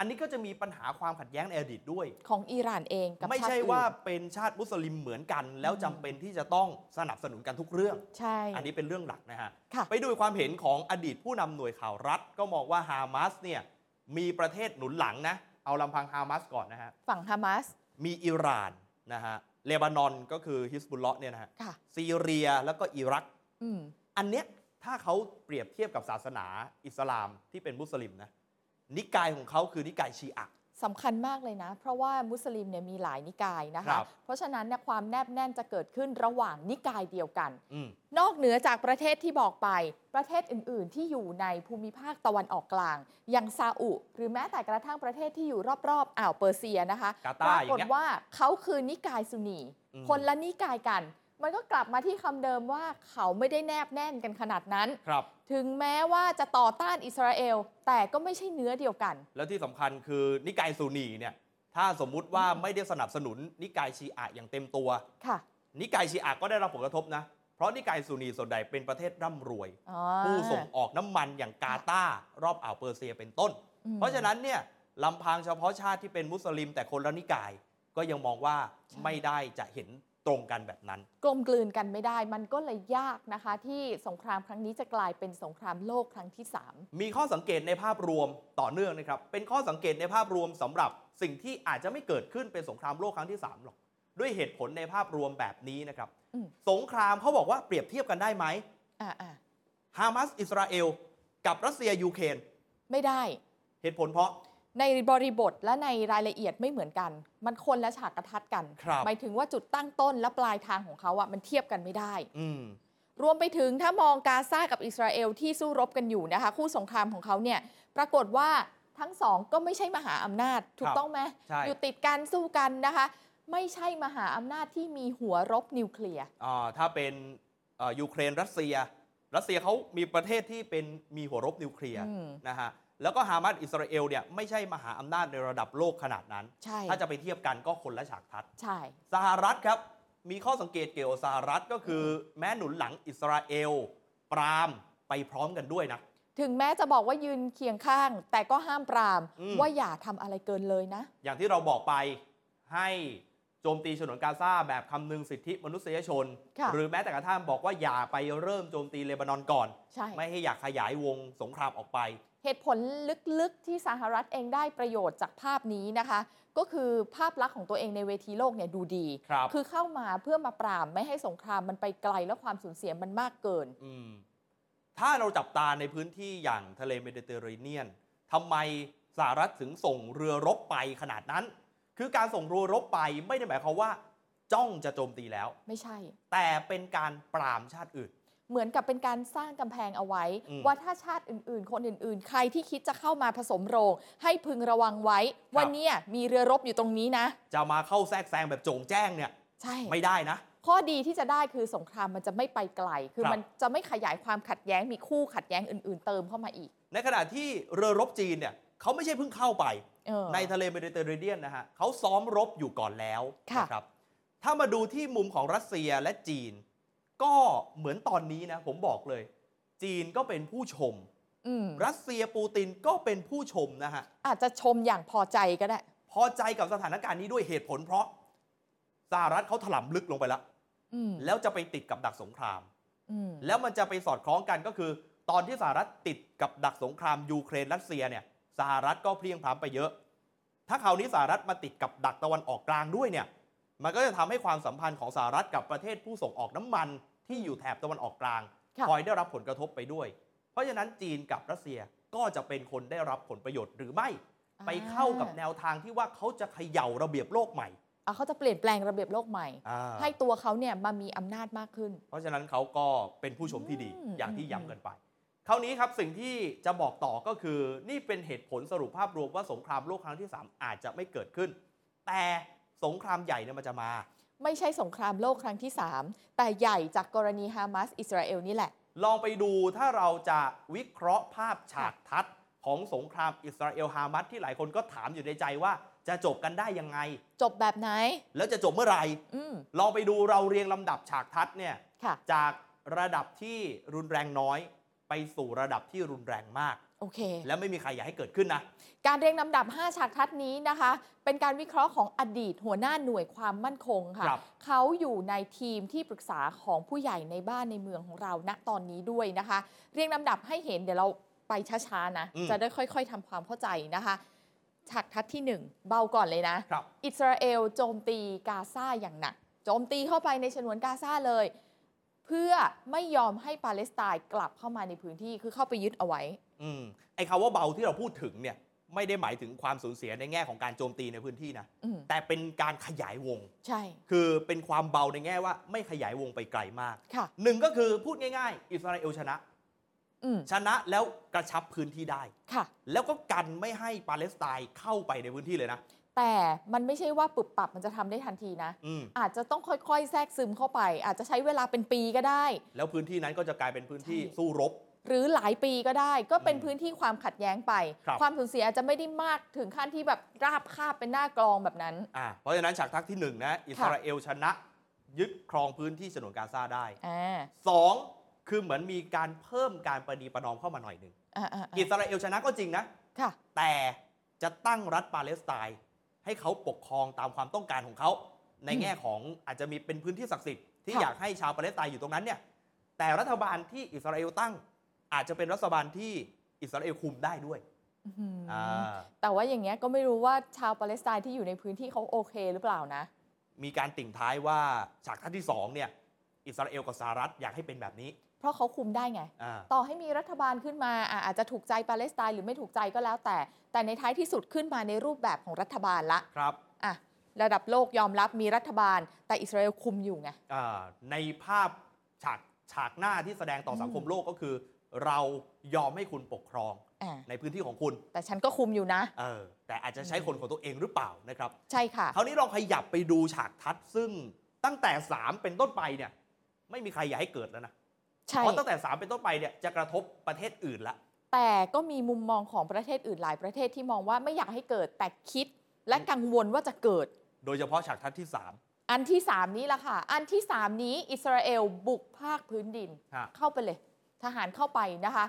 B: อันนี้ก็จะมีปัญหาความขัดแย้งในอดีตด้วย
C: ของอิหร่านเองกับ
B: ไม่
C: ช
B: ใช่
C: ติอื่น
B: ว่าเป็นชาติมุสลิมเหมือนกัน แล้วจำเป็นที่จะต้องสนับสนุนกันทุกเรื่อง
C: ใช่
B: อันนี้เป็นเรื่องหลักนะฮะ
C: ค่ะ
B: ไปดูความเห็นของอดีตผู้นำหน่วยข่าวรัฐ ก็มองว่าฮามาสเนี่ยมีประเทศหนุนหลังนะ เอาลำพังฮามาสก่อนนะฮะ
C: ฝั่งฮามาส
B: มีอิหร่านนะฮะเลบานอนก็คือฮิสบุลเลาะห์เนี่ยนะฮะ
C: ค่ะ
B: ซีเรียแล้วก็อิรัก
C: อืม
B: อันเนี้ยถ้าเขาเปรียบเทียบกับศาสนาอิสลามที่เป็นมุสลิมนะ นิกายของเขาคือนิกายชีอะ
C: สำคัญมากเลยนะ เพราะว่ามุสลิมเนี่ยมีหลายนิกายนะ
B: ครั
C: คะ
B: บ
C: เพราะฉะนั้นเนี่ยความแนบแน่นจะเกิดขึ้นระหว่างนิกายเดียวกัน
B: อืม
C: นอกเหนือจากประเทศที่บอกไป ประเทศอื่น ๆ ที่อยู่ในภูมิภาคตะวันออกกลาง อย่างซาอุ หรือแม้แต่กระทั่งประเทศที่อยู่รอบ ๆ อ่าวเปอร์เซียนะคะ
B: กา
C: ป
B: ตาร์
C: รา
B: อย่าง
C: กฏ
B: เงี้ย
C: ว่าเขาคือนิกายซุนี
B: อืม
C: คนละนิกายกัน มันก็กลับมาที่คำเดิมว่าเขาไม่ได้แนบแน่นกันขนาดนั้น
B: ครับ
C: ถึงแม้ว่าจะต่อต้านอิสราเอล แต่ก็ไม่ใช่เนื้อเดียวกัน
B: แล้วที่สำคัญคือนิกายซุนนีเนี่ย ถ้าสมมุติว่าไม่ได้สนับสนุนนิกายชีอะอย่างเต็มตัว
C: ค่ะ
B: นิกายชีอะก็ได้รับผลกระทบนะ เพราะนิกายซุนนีส่วนใหญ่เป็นประเทศร่ำรวย
C: อ๋อ
B: ผู้ส่งออกน้ำมันอย่างกาตาร์รอบอ่าวเปอร์เซียเป็นต้น
C: อืม
B: เพราะฉะนั้นเนี่ยลำพังเฉพาะชาติที่เป็นมุสลิม แต่คนละนิกาย ก็ยังมองว่า
C: ใช่
B: ไม่ได้จะเห็นตรงกันแบบนั้น
C: กลมกลืนกันไม่ได้ มันก็เลยยากนะคะ ที่สงครามครั้งนี้จะกลายเป็นสงครามโลกครั้งที่ 3
B: มีข้อสังเกตในภาพรวมต่อเนื่องนะครับ เป็นข้อสังเกตในภาพรวมสำหรับสิ่งที่อาจจะไม่เกิดขึ้นเป็นสงครามโลกครั้งที่ 3 หรอก ด้วยเหตุผลในภาพรวมแบบนี้นะครับ
C: อืม
B: สงครามเขาบอกว่าเปรียบเทียบกันได้ไหม
C: อ่าอ่า
B: ฮามาสอิสราเอลกับรัสเซียยูเครน
C: ไม่ได้
B: เหตุผลเพราะ
C: ในบริบทและในรายละเอียดไม่เหมือนกัน มันคนละฉากกระทัดกัน
B: ครับ
C: หมายถึงว่าจุดตั้งต้นและปลายทางของเขาอะมันเทียบกันไม่ได้
B: อืม
C: รวมไปถึงถ้ามองกาซากับอิสราเอลที่สู้รบกันอยู่นะคะ คู่สงครามของเขาเนี่ย ปรากฏว่าทั้งสองก็ไม่ใช่มหาอำนาจ ถู
B: ค
C: ก
B: รับ
C: ต้องไหม
B: ใช่
C: อยู่ติดกันสู้กันนะคะ ไม่ใช่มหาอำนาจที่มีหัวรบนิวเคลียร์
B: อ่าถ้าเป็นเอ่อยูเครนรัสเซีย รัสเซียเขามีประเทศที่เป็นมีหัวรบนิวเคลียร์
C: อืม
B: นะฮะแล้วก็ฮามาสอิสราเอลเนี่ยไม่ใช่มหาอำนาจในระดับโลกขนาดนั้น
C: ใช่
B: ถ้าจะไปเทียบกันก็คนละฉากทัศน์
C: ใช่
B: สหรัฐครับ มีข้อสังเกตเกี่ยวกับสหรัฐก็คือแม้หนุนหลังอิสราเอล ปรามไปพร้อมกันด้วยนะ
C: ถึงแม้จะบอกว่ายืนเคียงข้าง แต่ก็ห้ามปราม
B: อืม
C: ว่าอย่าทำอะไรเกินเลยนะ
B: อย่างที่เราบอกไปให้โจมตีฉนวนกาซาแบบคำนึงสิทธิมนุษยชน
C: ค่ะ
B: หรือแม้แต่กระทั่งบอกว่าอย่าไปเริ่มโจมตีเลบานอนก่อน
C: ใช่
B: ไม่ให้อยากขยายวงสงครามออกไป
C: เหตุผลลึกๆที่สหรัฐเองได้ประโยชน์จากภาพนี้นะคะ ก็คือภาพลักษณ์ของตัวเองในเวทีโลกเนี่ยดูดี
B: ครับ
C: คือเข้ามาเพื่อมาปราบไม่ให้สงครามมันไปไกลและความสูญเสียมันมากเกิน
B: อืมถ้าเราจับตาในพื้นที่อย่างทะเลเมดิเตอร์เรเนียนทำไมสหรัฐถึงส่งเรือรบไปขนาดนั้น คือการส่งเรือรบไปไม่ได้หมายความว่า จ้องจะโจมตีแล้ว
C: ไม่ใช่
B: แต่เป็นการปรามชาติอื่น
C: เหมือนกับเป็นการสร้างกำแพงเอาไว้
B: อืม
C: ว่าถ้าชาติอื่นๆ คนอื่นๆ ใครที่คิดจะเข้ามาผสมโรง ให้พึงระวังไว้
B: บ
C: วันนี้มีเรือรบอยู่ตรงนี้นะ
B: จะมาเข้าแทรกแซงแบบโจงแจ้งเนี่ย
C: ใช่
B: ไม่ได้นะ
C: ข้อดีที่จะได้คือสงครามมันจะไม่ไปไกล คือ
B: ครับ
C: มันจะไม่ขยายความขัดแย้งมีคู่ขัดแย้งอื่น ๆ เติมเข้ามาอีก
B: ในขณะที่เรือรบจีนเนี่ยเขาไม่ใช่เพิ่งเข้าไป
C: เออ
B: ในทะเลเมดิเตอร์เรเนียนนะฮะเขาซ้อมรบอยู่ก่อนแล้ว
C: ค่ะ
B: นะครับ ถ้ามาดูที่มุมของรัสเซียและจีน ก็เหมือนตอนนี้นะ ผมบอกเลย จีนก็เป็นผู้ชม
C: อืม
B: รัสเซียปูตินก็เป็นผู้ชมนะฮะ
C: อาจจะชมอย่างพอใจก็ได้
B: พอใจกับสถานการณ์นี้ด้วยเหตุผลเพราะสหรัฐเขาถล่มลึกลงไปแล้ว
C: อืม
B: แล้วจะไปติดกับดักสงคราม
C: อืม
B: แล้วมันจะไปสอดคล้องกันก็คือ ตอนที่สหรัฐติดกับดักสงครามยูเครนรัสเซียเนี่ยสหรัฐก็เพลียงพล้ำไปเยอะ ถ้าคราวนี้สหรัฐมาติดกับดักตะวันออกกลางด้วยเนี่ยมันก็จะทำให้ความสัมพันธ์ของสหรัฐกับประเทศผู้ส่งออกน้ำมันที่อยู่แถบตะวันออกกลาง
C: ค่ะ
B: พลอยได้รับผลกระทบไปด้วย เพราะฉะนั้นจีนกับรัสเซียก็จะเป็นคนได้รับผลประโยชน์หรือไม่ไปเข้ากับแนวทางที่ว่าเขาจะเขย่าระเบียบโลกใหม่
C: อ่ะเขาจะเปลี่ยนแปลงระเบียบโลกใหม่
B: อ่า
C: ให้ตัวเขาเนี่ยมามีอำนาจมากขึ้น
B: เพราะฉะนั้นเขาก็เป็นผู้ชมที่ดี
C: อืม
B: อย่างที่ย้ำกันไป คราวนี้ครับสิ่งที่จะบอกต่อก็คือนี่เป็นเหตุผลสรุปภาพรวมว่าสงครามโลกครั้งที่ 3 อาจจะไม่เกิดขึ้น แต่สงครามใหญ่เนี่ยมันจะมา
C: ไม่ใช่สงครามโลกครั้งที่ 3 แต่ใหญ่จากกรณีฮามาสอิสราเอลนี่แหละ
B: ลองไปดูถ้าเราจะวิเคราะห์ภาพฉากทัศน์ของสงครามอิสราเอลฮามัสที่หลายคนก็ถามอยู่ในใจว่าจะจบกันได้ยังไง
C: จบแบบไหน
B: แล้วจะจบเมื่อไหร่
C: อืม
B: ลองไปดูเราเรียงลำดับฉากทัศน์เนี่ย
C: ค่ะ
B: จากระดับที่รุนแรงน้อย ไปสู่ระดับที่รุนแรงมาก
C: โอเค
B: และไม่มีใครอยากให้เกิดขึ้นนะ
C: การเรียงลำดับ 5 ฉากทัดนี้นะคะ เป็นการวิเคราะห์ของอดีตหัวหน้าหน่วยความมั่นคงค่ะ
B: ครับ
C: เขาอยู่ในทีมที่ปรึกษาของผู้ใหญ่ในบ้านในเมืองของเราณตอนนี้ด้วยนะคะ เรียงลำดับให้เห็นเดี๋ยวเราไปช้าๆนะ
B: อืม
C: จะได้ค่อยๆทำความเข้าใจนะคะ ฉากทัดที่หนึ่งเบาก่อนเลยนะ
B: ครับ
C: อิสราเอลโจมตีกาซาอย่างหนัก โจมตีเข้าไปในฉนวนกาซาเลย เพื่อไม่ยอมให้ปาเลสไตน์กลับเข้ามาในพื้นที่คือเข้าไปยึดเอาไว้
B: อืมไอ้คำว่าเบาที่เราพูดถึงเนี่ย ไม่ได้หมายถึงความสูญเสียในแง่ของการโจมตีในพื้นที่นะ
C: อืม
B: แต่เป็นการขยายวง
C: ใช่
B: คือเป็นความเบาในแง่ว่าไม่ขยายวงไปไกลมาก
C: ค่ะ
B: หนึ่งก็คือพูดง่ายๆ อิสราเอลชนะ
C: อืม
B: ชนะแล้วกระชับพื้นที่ได้
C: ค่ะ
B: แล้วก็กันไม่ให้ปาเลสไตน์เข้าไปในพื้นที่เลยนะ
C: แต่มันไม่ใช่ว่าปรับปรับมันจะทำได้ทันทีนะ
B: อืม
C: อาจจะต้องค่อยๆ แทรกซึมเข้าไป อาจจะใช้เวลาเป็นปีก็ได้
B: แล้วพื้นที่นั้นก็จะกลายเป็นพื้นที่
C: ใช่
B: สู้รบ
C: หรือหลายปีก็ได้ ก็เป็น
B: อืม
C: พื้นที่ความขัดแย้งไป
B: ครับ
C: ความสูญเสียอาจจะไม่ได้มากถึงขั้นที่แบบราบคาบเป็นหน้ากลองแบบนั้น
B: อ่าเพราะฉะนั้นฉากทักที่หนึ่งนะอิสราเอลชนะ ยึดครองพื้นที่ฉนวนกาซาได้
C: อ่า
B: สองคือเหมือนมีการเพิ่มการประนีประนอมเข้ามาหน่อยหนึ่ง
C: อ่าอ่า
B: อิ
C: อ่า
B: สราเอลชนะก็จริงนะ
C: ค่ะ
B: แต่จะตั้งรัฐปาเลสไตน์ให้เขาปกครองตามความต้องการของเขา ใน
C: อืม
B: แง่ของอาจจะมีเป็นพื้นที่ศักดิ์สิทธิ์ที่
C: ค่ะ
B: อยากให้ชาวปาเลสไตน์อยู่ตรงนั้นเนี่ยแต่รัฐบาลที่อิสราเอลตั้ง อาจจะเป็นรัฐบาลที่อิสราเอลคุมได้ด้วย
C: อื้อหือ
B: อ่า
C: แต่ว่าอย่างเงี้ยก็ไม่รู้ว่าชาวปาเลสไตน์ที่อยู่ในพื้นที่เขาโอเคหรือเปล่านะ
B: มีการติ่งท้ายว่าฉากทัศน์ที่สองเนี่ยอิสราเอลกับสหรัฐอยากให้เป็นแบบนี้
C: เพราะเขาคุมได้ไง
B: อ่า
C: ต่อให้มีรัฐบาลขึ้นมาอ่ะอาจจะถูกใจปาเลสไตน์หรือไม่ถูกใจก็แล้วแต่ แต่ในท้ายที่สุดขึ้นมาในรูปแบบของรัฐบาลละ
B: ครับ
C: อ่ะระดับโลกยอมรับมีรัฐบาล แต่อิสราเอลคุมอยู่ไง
B: อ่าในภาพฉากฉากหน้าที่แสดงต่อสังคม
C: อืม
B: โลกก็คือ เรายอมให้คุณปกครอง
C: อ่า
B: ในพื้นที่ของคุณ
C: แต่ฉันก็คุมอยู่นะ
B: เออแต่อาจจะใช้คนของตัวเองหรือเปล่านะครับ
C: ใช่ค่ะ
B: คราวนี้ลองขยับไปดูฉากทัดซึ่งตั้งแต่ 3 เป็นต้นไปเนี่ยไม่มีใครอยากให้เกิดแล้วนะ
C: ใช่
B: เพราะตั้งแต่ 3 เป็นต้นไปเนี่ยจะกระทบประเทศอื่นละ
C: แต่ก็มีมุมมองของประเทศอื่นหลายประเทศที่มองว่าไม่อยากให้เกิดแต่คิด และกังวลว่าจะเกิด
B: โดยเฉพาะฉากทัดที่
C: อันที่ 3 นี้ละค่ะ อันที่ 3 นี้อิสราเอลบุกภาคพื้นดิน
B: 3ฮะ
C: เข้าไปเลย ทหารเข้าไปนะคะ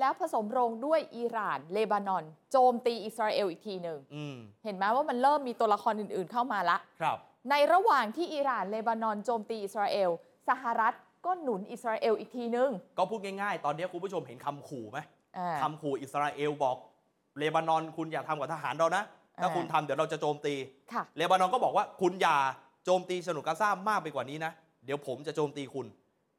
C: แล้วผสมโรงด้วยอิหร่าน เลบานอน โจมตีอิสราเอลอีกทีหนึ่ง
B: อืม
C: เห็นไหมว่ามันเริ่มมีตัวละครอื่นๆเข้ามาละ
B: ครับ
C: ในระหว่างที่อิหร่าน เลบานอนโจมตีอิสราเอล สหรัฐก็หนุนอิสราเอลอีกทีนึง
B: ก็พูดง่ายๆ ตอนนี้คุณผู้ชมเห็นคำขู่ไหม
C: อ่า
B: คำขู่อิสราเอลบอกเลบานอนคุณอย่าทำกับทหารเรานะ ถ้า
C: อ่า
B: คุณทำเดี๋ยวเราจะโจมตี
C: ค่ะ
B: เลบานอนก็บอกว่าคุณอย่าโจมตีฉนวนกาซ่ามากไปกว่านี้นะ เดี๋ยวผมจะโจมตีคุณ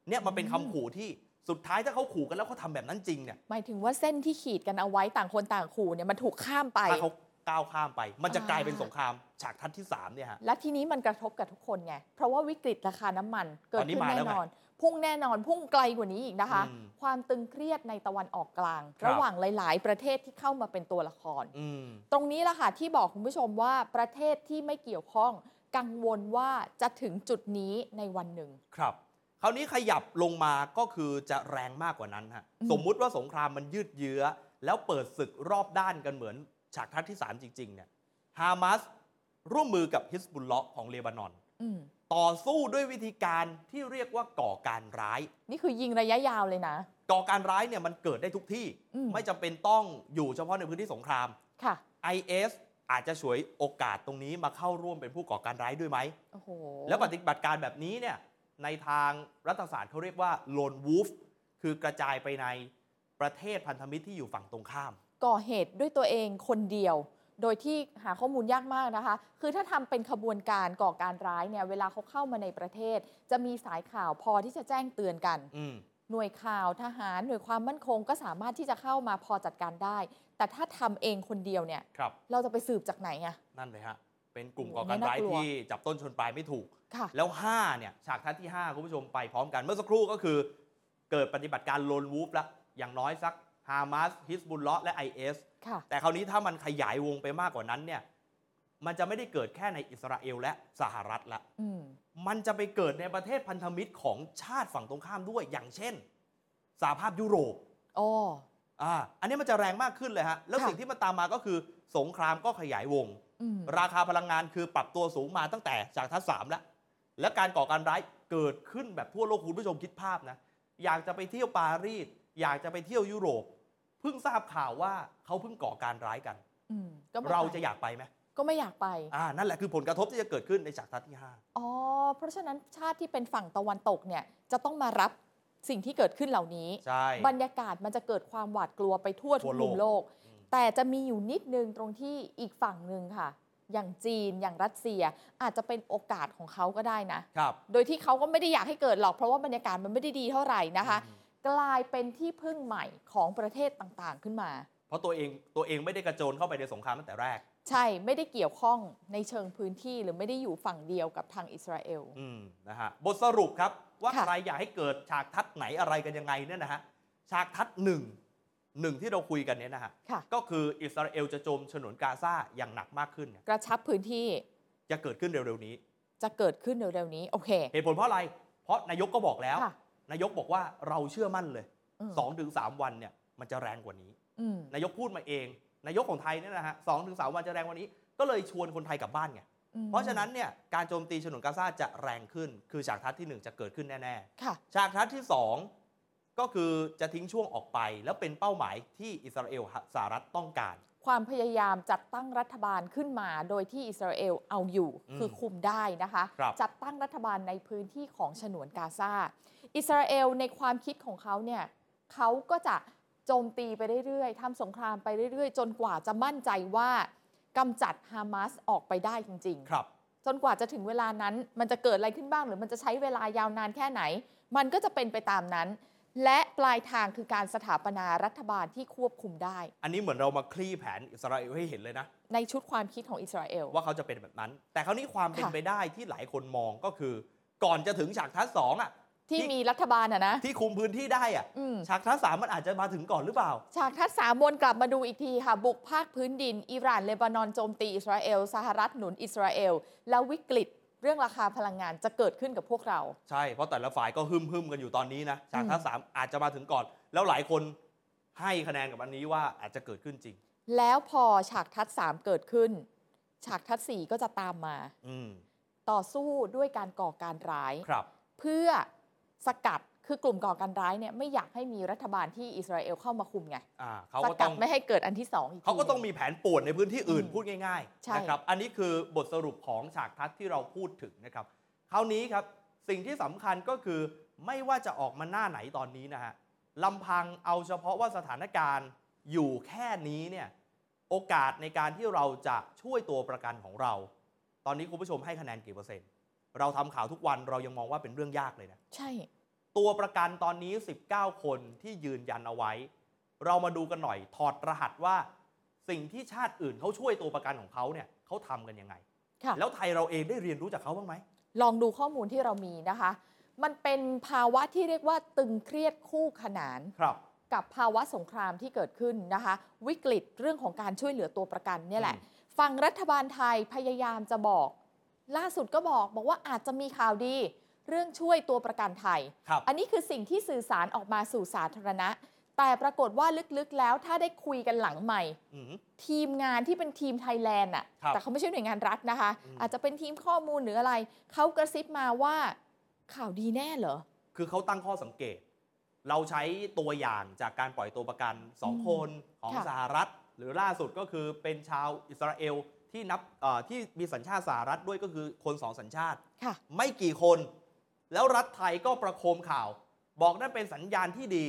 B: เนี่ยมันเป็นคำขู่ที่สุดท้ายถ้าเขาขู่กันแล้วเขาทำแบบนั้นจริงเนี่ย
C: หมายถึงว่าเส้นที่ขีดกันเอาไว้ต่างคนต่างขู่เนี่ยมันถูกข้ามไป
B: ถ้าเขาก้าวข้ามไป มันจะ
C: อ่าก ก
B: ลายเป็นสงครามฉากทัดที่ 3 เนี่ยฮะ
C: และทีนี้มันกระทบกับทุกคนไง เพราะว่าวิกฤตราคาน้ำมัน เกิด
B: ตอน
C: ขึ้น
B: นี้มาแล้
C: แน่
B: วไง
C: นอน พุ่งแน่นอนพุ่งไกลกว่านี้อีกนะคะ
B: อืม
C: ความตึงเครียดในตะวันออกกลาง
B: ครับ
C: ระหว่างหลาย ๆ ประเทศที่เข้ามาเป็นตัวละคร
B: อืม
C: ตรงนี้ล่ะค่ะที่บอกคุณผู้ชมว่าประเทศที่ไม่เกี่ยวข้อง กังวลว่าจะถึงจุดนี้ในวันหนึ่ง
B: ครับ คราวนี้ขยับลงมาก็คือจะแรงมากกว่านั้นฮะ
C: อืม
B: สมมุติว่าสงครามมันยืดเยื้อ แล้วเปิดศึกรอบด้านกันเหมือนฉากทัดที่ 3 จริง ๆ เนี่ยฮามาสร่วมมือกับฮิสบุลเลาะของเลบานอน
C: อืม
B: ต่อสู้ด้วยวิธีการที่เรียกว่าก่อการร้าย
C: นี่คือยิงระยะยาวเลยนะ
B: ก่อการร้ายเนี่ยมันเกิดได้ทุกที่
C: อืม
B: ไม่จำเป็นต้องอยู่เฉพาะในพื้นที่สงคราม
C: ค่ะ
B: IS อาจจะฉวยโอกาสตรงนี้มาเข้าร่วมเป็นผู้ก่อการร้ายด้วยไหม
C: โอ้โห
B: แล้วปฏิบัติการแบบนี้เนี่ยในทางรัฐศาสตร์เขาเรียกว่า lone wolf คือกระจายไปในประเทศพันธมิตรที่อยู่ฝั่งตรงข้าม
C: ก่อเหตุด้วยตัวเองคนเดียว โดยที่หาข้อมูลยากมากนะคะ คือถ้าทำเป็นขบวนการก่อการร้ายเนี่ยเวลาเขาเข้ามาในประเทศ จะมีสายข่าวพอที่จะแจ้งเตือนกัน
B: อืม
C: หน่วยข่าวทหารหน่วยความมั่นคงก็สามารถที่จะเข้ามาพอจัดการได้ แต่ถ้าทำเองคนเดียวเนี่ย
B: ครับ
C: เราจะไปสืบจากไหนอะ
B: นั่นเลยฮะ เป็นกลุ่มก่อการร้าย
C: โอ้โหน่ากลัว
B: ที่จับต้นชนปลายไม่ถูก
C: ค่ะ
B: แล้ว 5 เนี่ย ฉากทัศน์ที่ 5 คุณผู้ชมไปพร้อมกัน เมื่อสักครู่ก็คือ เกิดปฏิบัติการ lone wolf ละอย่างน้อยสักฮามาสฮิสบุลเลาะและ IS
C: ค่ะ
B: แต่คราวนี้ถ้ามันขยายวงไปมากกว่านั้นเนี่ยมันจะไม่ได้เกิดแค่ในอิสราเอลและสหรัฐละ
C: อืม
B: มันจะไปเกิดในประเทศพันธมิตรของชาติฝั่งตรงข้ามด้วย อย่างเช่นสหภาพยุโรป
C: อ๋อ
B: อ่า อันนี้มันจะแรงมากขึ้นเลยฮะ แล้ว
C: ค่ะ
B: สิ่งที่มันตามมาก็คือสงครามก็ขยายวง
C: อืม
B: ราคาพลังงานคือปรับตัวสูงมาตั้งแต่จากทัศสามแล้ว และการก่อการร้ายเกิดขึ้นแบบทั่วโลกคุณผู้ชมคิดภาพนะ อยากจะไปเที่ยวปารีส อยากจะไปเที่ยวยุโรป เพิ่งทราบข่าวว่าเขาเพิ่งก่อการร้ายกัน
C: อืม ก็ไม่
B: เรา
C: ไป
B: จะอยากไปไหม
C: ก็ไม่อยากไป
B: อ่า นั่นแหละคือผลกระทบที่จะเกิดขึ้นในฉากทัศน์ที่ห้า
C: อ๋อ เพราะฉะนั้นชาติที่เป็นฝั่งตะวันตกเนี่ย จะต้องมารับสิ่งที่เกิดขึ้นเหล่านี้
B: ใช่
C: บรรยากาศมันจะเกิดความหวาดกลัวไปทั่วทุก
B: ทั่วโลก
C: มุมโลก แต่จะมีอยู่นิดนึงตรงที่อีกฝั่งหนึ่งค่ะ อย่างจีน อย่างรัสเซีย อาจจะเป็นโอกาสของเขาก็ได้นะ
B: ครับ
C: โดยที่เขาก็ไม่ได้อยากให้เกิดหรอก เพราะว่าบรรยากาศมันไม่ได้ดีเท่าไหร่นะคะ กลายเป็นที่พึ่งใหม่ของประเทศต่างๆขึ้นมา
B: เพราะตัวเองตัวเองไม่ได้กระโจนเข้าไปในสงครามตั้งแต่แรก
C: ใช่ไม่ได้เกี่ยวข้องในเชิงพื้นที่หรือไม่ได้อยู่ฝั่งเดียวกับทางอิสราเอล
B: อืมนะฮะบทสรุปครับ ว่า
C: ค่ะ
B: ใครอยากให้เกิดฉากทัดไหนอะไรกันยังไงเนี่ยนะฮะฉากทัดหนึ่งหนึ่งที่เราคุยกันเนี่ยนะฮะ
C: ค่ะ
B: ก็คืออิสราเอลจะโจมฉนวนกาซาอย่างหนักมากขึ้นเนี่ย
C: กระชับพื้นที่
B: จะเกิดขึ้นเร็วๆนี้
C: จะเกิดขึ้นเร็วๆนี้ โอเค
B: เหตุผลเพราะอะไร เพราะนายกก็บอกแล้ว
C: ค่ะ
B: นายกบอกว่าเราเชื่อมั่นเลย
C: ม
B: สองถึงสามวันเนี่ยมันจะแรงกว่านี้
C: อืม
B: นายกพูดมาเอง นายกของไทยเนี่ยนะฮะสองถึงสามวันจะแรงกว่านี้ ก็เลยชวนคนไทยกลับบ้านไง
C: อืม
B: เพราะฉะนั้นเนี่ยการโจมตีฉนวนกาซาจะแรงขึ้น คือฉากทัศน์ทีหนึ่งจะเกิดขึ้นแน่
C: ค่ะ
B: ๆ ฉากทัศน์ที่สองก็คือจะทิ้งช่วงออกไป แล้วเป็นเป้าหมายที่อิสราเอลสหรัฐต้องการ
C: ความพยายามจัดตั้งรัฐบาลขึ้นมาโดยที่อิสราเอลเอาอยู่
B: อืม
C: คือคุมได้นะคะ
B: ครับ
C: จัดตั้งรัฐบาลในพื้นที่ของฉนวนกาซาอิสราเอลในความคิดของเขาเนี่ยเขาก็จะโจมตีไปเรื่อยๆทำสงครามไปเรื่อยๆ จนกว่าจะมั่นใจว่ากำจัดฮามาสออกไปได้จริง
B: ครับ
C: ๆ จนกว่าจะถึงเวลานั้นมันจะเกิดอะไรขึ้นบ้าง หรือมันจะใช้เวลายาวนานแค่ไหน มันก็จะเป็นไปตามนั้น และปลายทางคือการสถาปนารัฐบาลที่ควบคุมได้
B: อันนี้เหมือนเรามาคลี่แผนอิสราเอลให้เห็นเลยนะ
C: ในชุดความคิดของอิสราเอล
B: ว่าเขาจะเป็นแบบนั้น แต่คราวนี้ความเป็น
C: ค่ะ
B: ไปได้ที่หลายคนมองก็คือ ก่อนจะถึงฉากทัศน์สองอ่ะ
C: ที่
B: ที่
C: มีรัฐบาลอะนะ
B: ที่คุมพื้นที่ได้อ่ะ
C: อืม
B: ฉากทัศน์สามมันอาจจะมาถึงก่อนหรือเปล่า
C: ฉากทัศน์สามวนกลับมาดูอีกทีค่ะ บุกภาคพื้นดิน อิหร่านเลบานอนโจมตีอิสราเอลสหรัฐหนุนอิสราเอล แล้ววิกฤตเรื่องราคาพลังงานจะเกิดขึ้นกับพวกเรา
B: ใช่ เพราะแต่ละฝ่ายก็ฮึมฮึมๆกันอยู่ตอนนี้นะฉากทัศน์สามอาจจะมาถึงก่อน แล้วหลายคนให้คะแนนกับอันนี้ว่าอาจจะเกิดขึ้นจริง
C: แล้วพอฉากทัศน์สามเกิดขึ้น ฉากทัศน์สี่ก็จะตามมา
B: อืม
C: ต่อสู้ด้วยการก่อการร้าย
B: ครับ
C: เพื่อสกัดคือกลุ่มก่อการร้ายเนี่ยไม่อยากให้มีรัฐบาลที่อิสราเอลเข้ามาคุมไง
B: อ่าเขา
C: ส
B: ก็
C: กั
B: ต้
C: ด
B: อง
C: ไม่ให้เกิดอันที่สองอีกที
B: เขาก็ต้อง
C: หนึ่
B: มีแผนป่วนในพื้นที่อื่น
C: อืม
B: พูดง่าย
C: ใช่
B: ๆนะครับอันนี้คือบทสรุปของฉากทัศน์ที่เราพูดถึงนะครับคราวนี้ครับสิ่งที่สำคัญก็คือไม่ว่าจะออกมาหน้าไหนตอนนี้นะฮะลำพังเอาเฉพาะว่าสถานการณ์อยู่แค่นี้เนี่ยโอกาสในการที่เราจะช่วยตัวประกันของเรา ตอนนี้คุณผู้ชมให้คะแนนกี่เปอร์เซ็นต์ เราทำข่าวทุกวันเรายังมองว่าเป็นเรื่องยากเลยนะ
C: ใช่
B: ตัวประกันตอนนี้ 19 คนที่ยืนยันเอาไว้ เรามาดูกันหน่อยถอดรหัสว่า สิ่งที่ชาติอื่นเขาช่วยตัวประกันของเขาเนี่ยเขาทำกันยังไง
C: ค่ะ
B: แล้วไทยเราเองได้เรียนรู้จากเขาบ้างไหม
C: ลองดูข้อมูลที่เรามีนะคะ มันเป็นภาวะที่เรียกว่าตึงเครียดคู่ขนาน
B: ครับ
C: กับภาวะสงครามที่เกิดขึ้นนะคะ วิกฤตเรื่องของการช่วยเหลือตัวประกันเนี่ยแหละ
B: อืม
C: ฝั่งรัฐบาลไทยพยายามจะบอก ล่าสุดก็บอกบอกว่าอาจจะมีข่าวดี เรื่องช่วยตัวประกันไทย
B: ครับ
C: อันนี้คือสิ่งที่สื่อสารออกมาสู่สาธารณะ แต่ปรากฏว่าลึกๆแล้วถ้าได้คุยกันหลังใหม่
B: อืม
C: ทีมงานที่เป็นทีมไทยแลนด์อ่ะ
B: ครับ
C: แต่เขาไม่ใช่หน่วยงานรัฐนะคะ
B: อืม
C: อาจจะเป็นทีมข้อมูลหรืออะไร เขากระซิบมาว่าข่าวดีแน่เหรอ
B: คือเขาตั้งข้อสังเกต เราใช้ตัวอย่างจากการปล่อยตัวประกัน
C: อืม
B: 2 คนของ
C: ค่ะ
B: สหรัฐ หรือล่าสุดก็คือเป็นชาวอิสราเอลที่นับเอ่อที่มีสัญชาติสหรัฐด้วยก็คือคนสองสัญชาติ
C: ค่ะ
B: ไม่กี่คน แล้วรัฐไทยก็ประโคมข่าว บอกนั่นเป็นสัญญาณที่ดี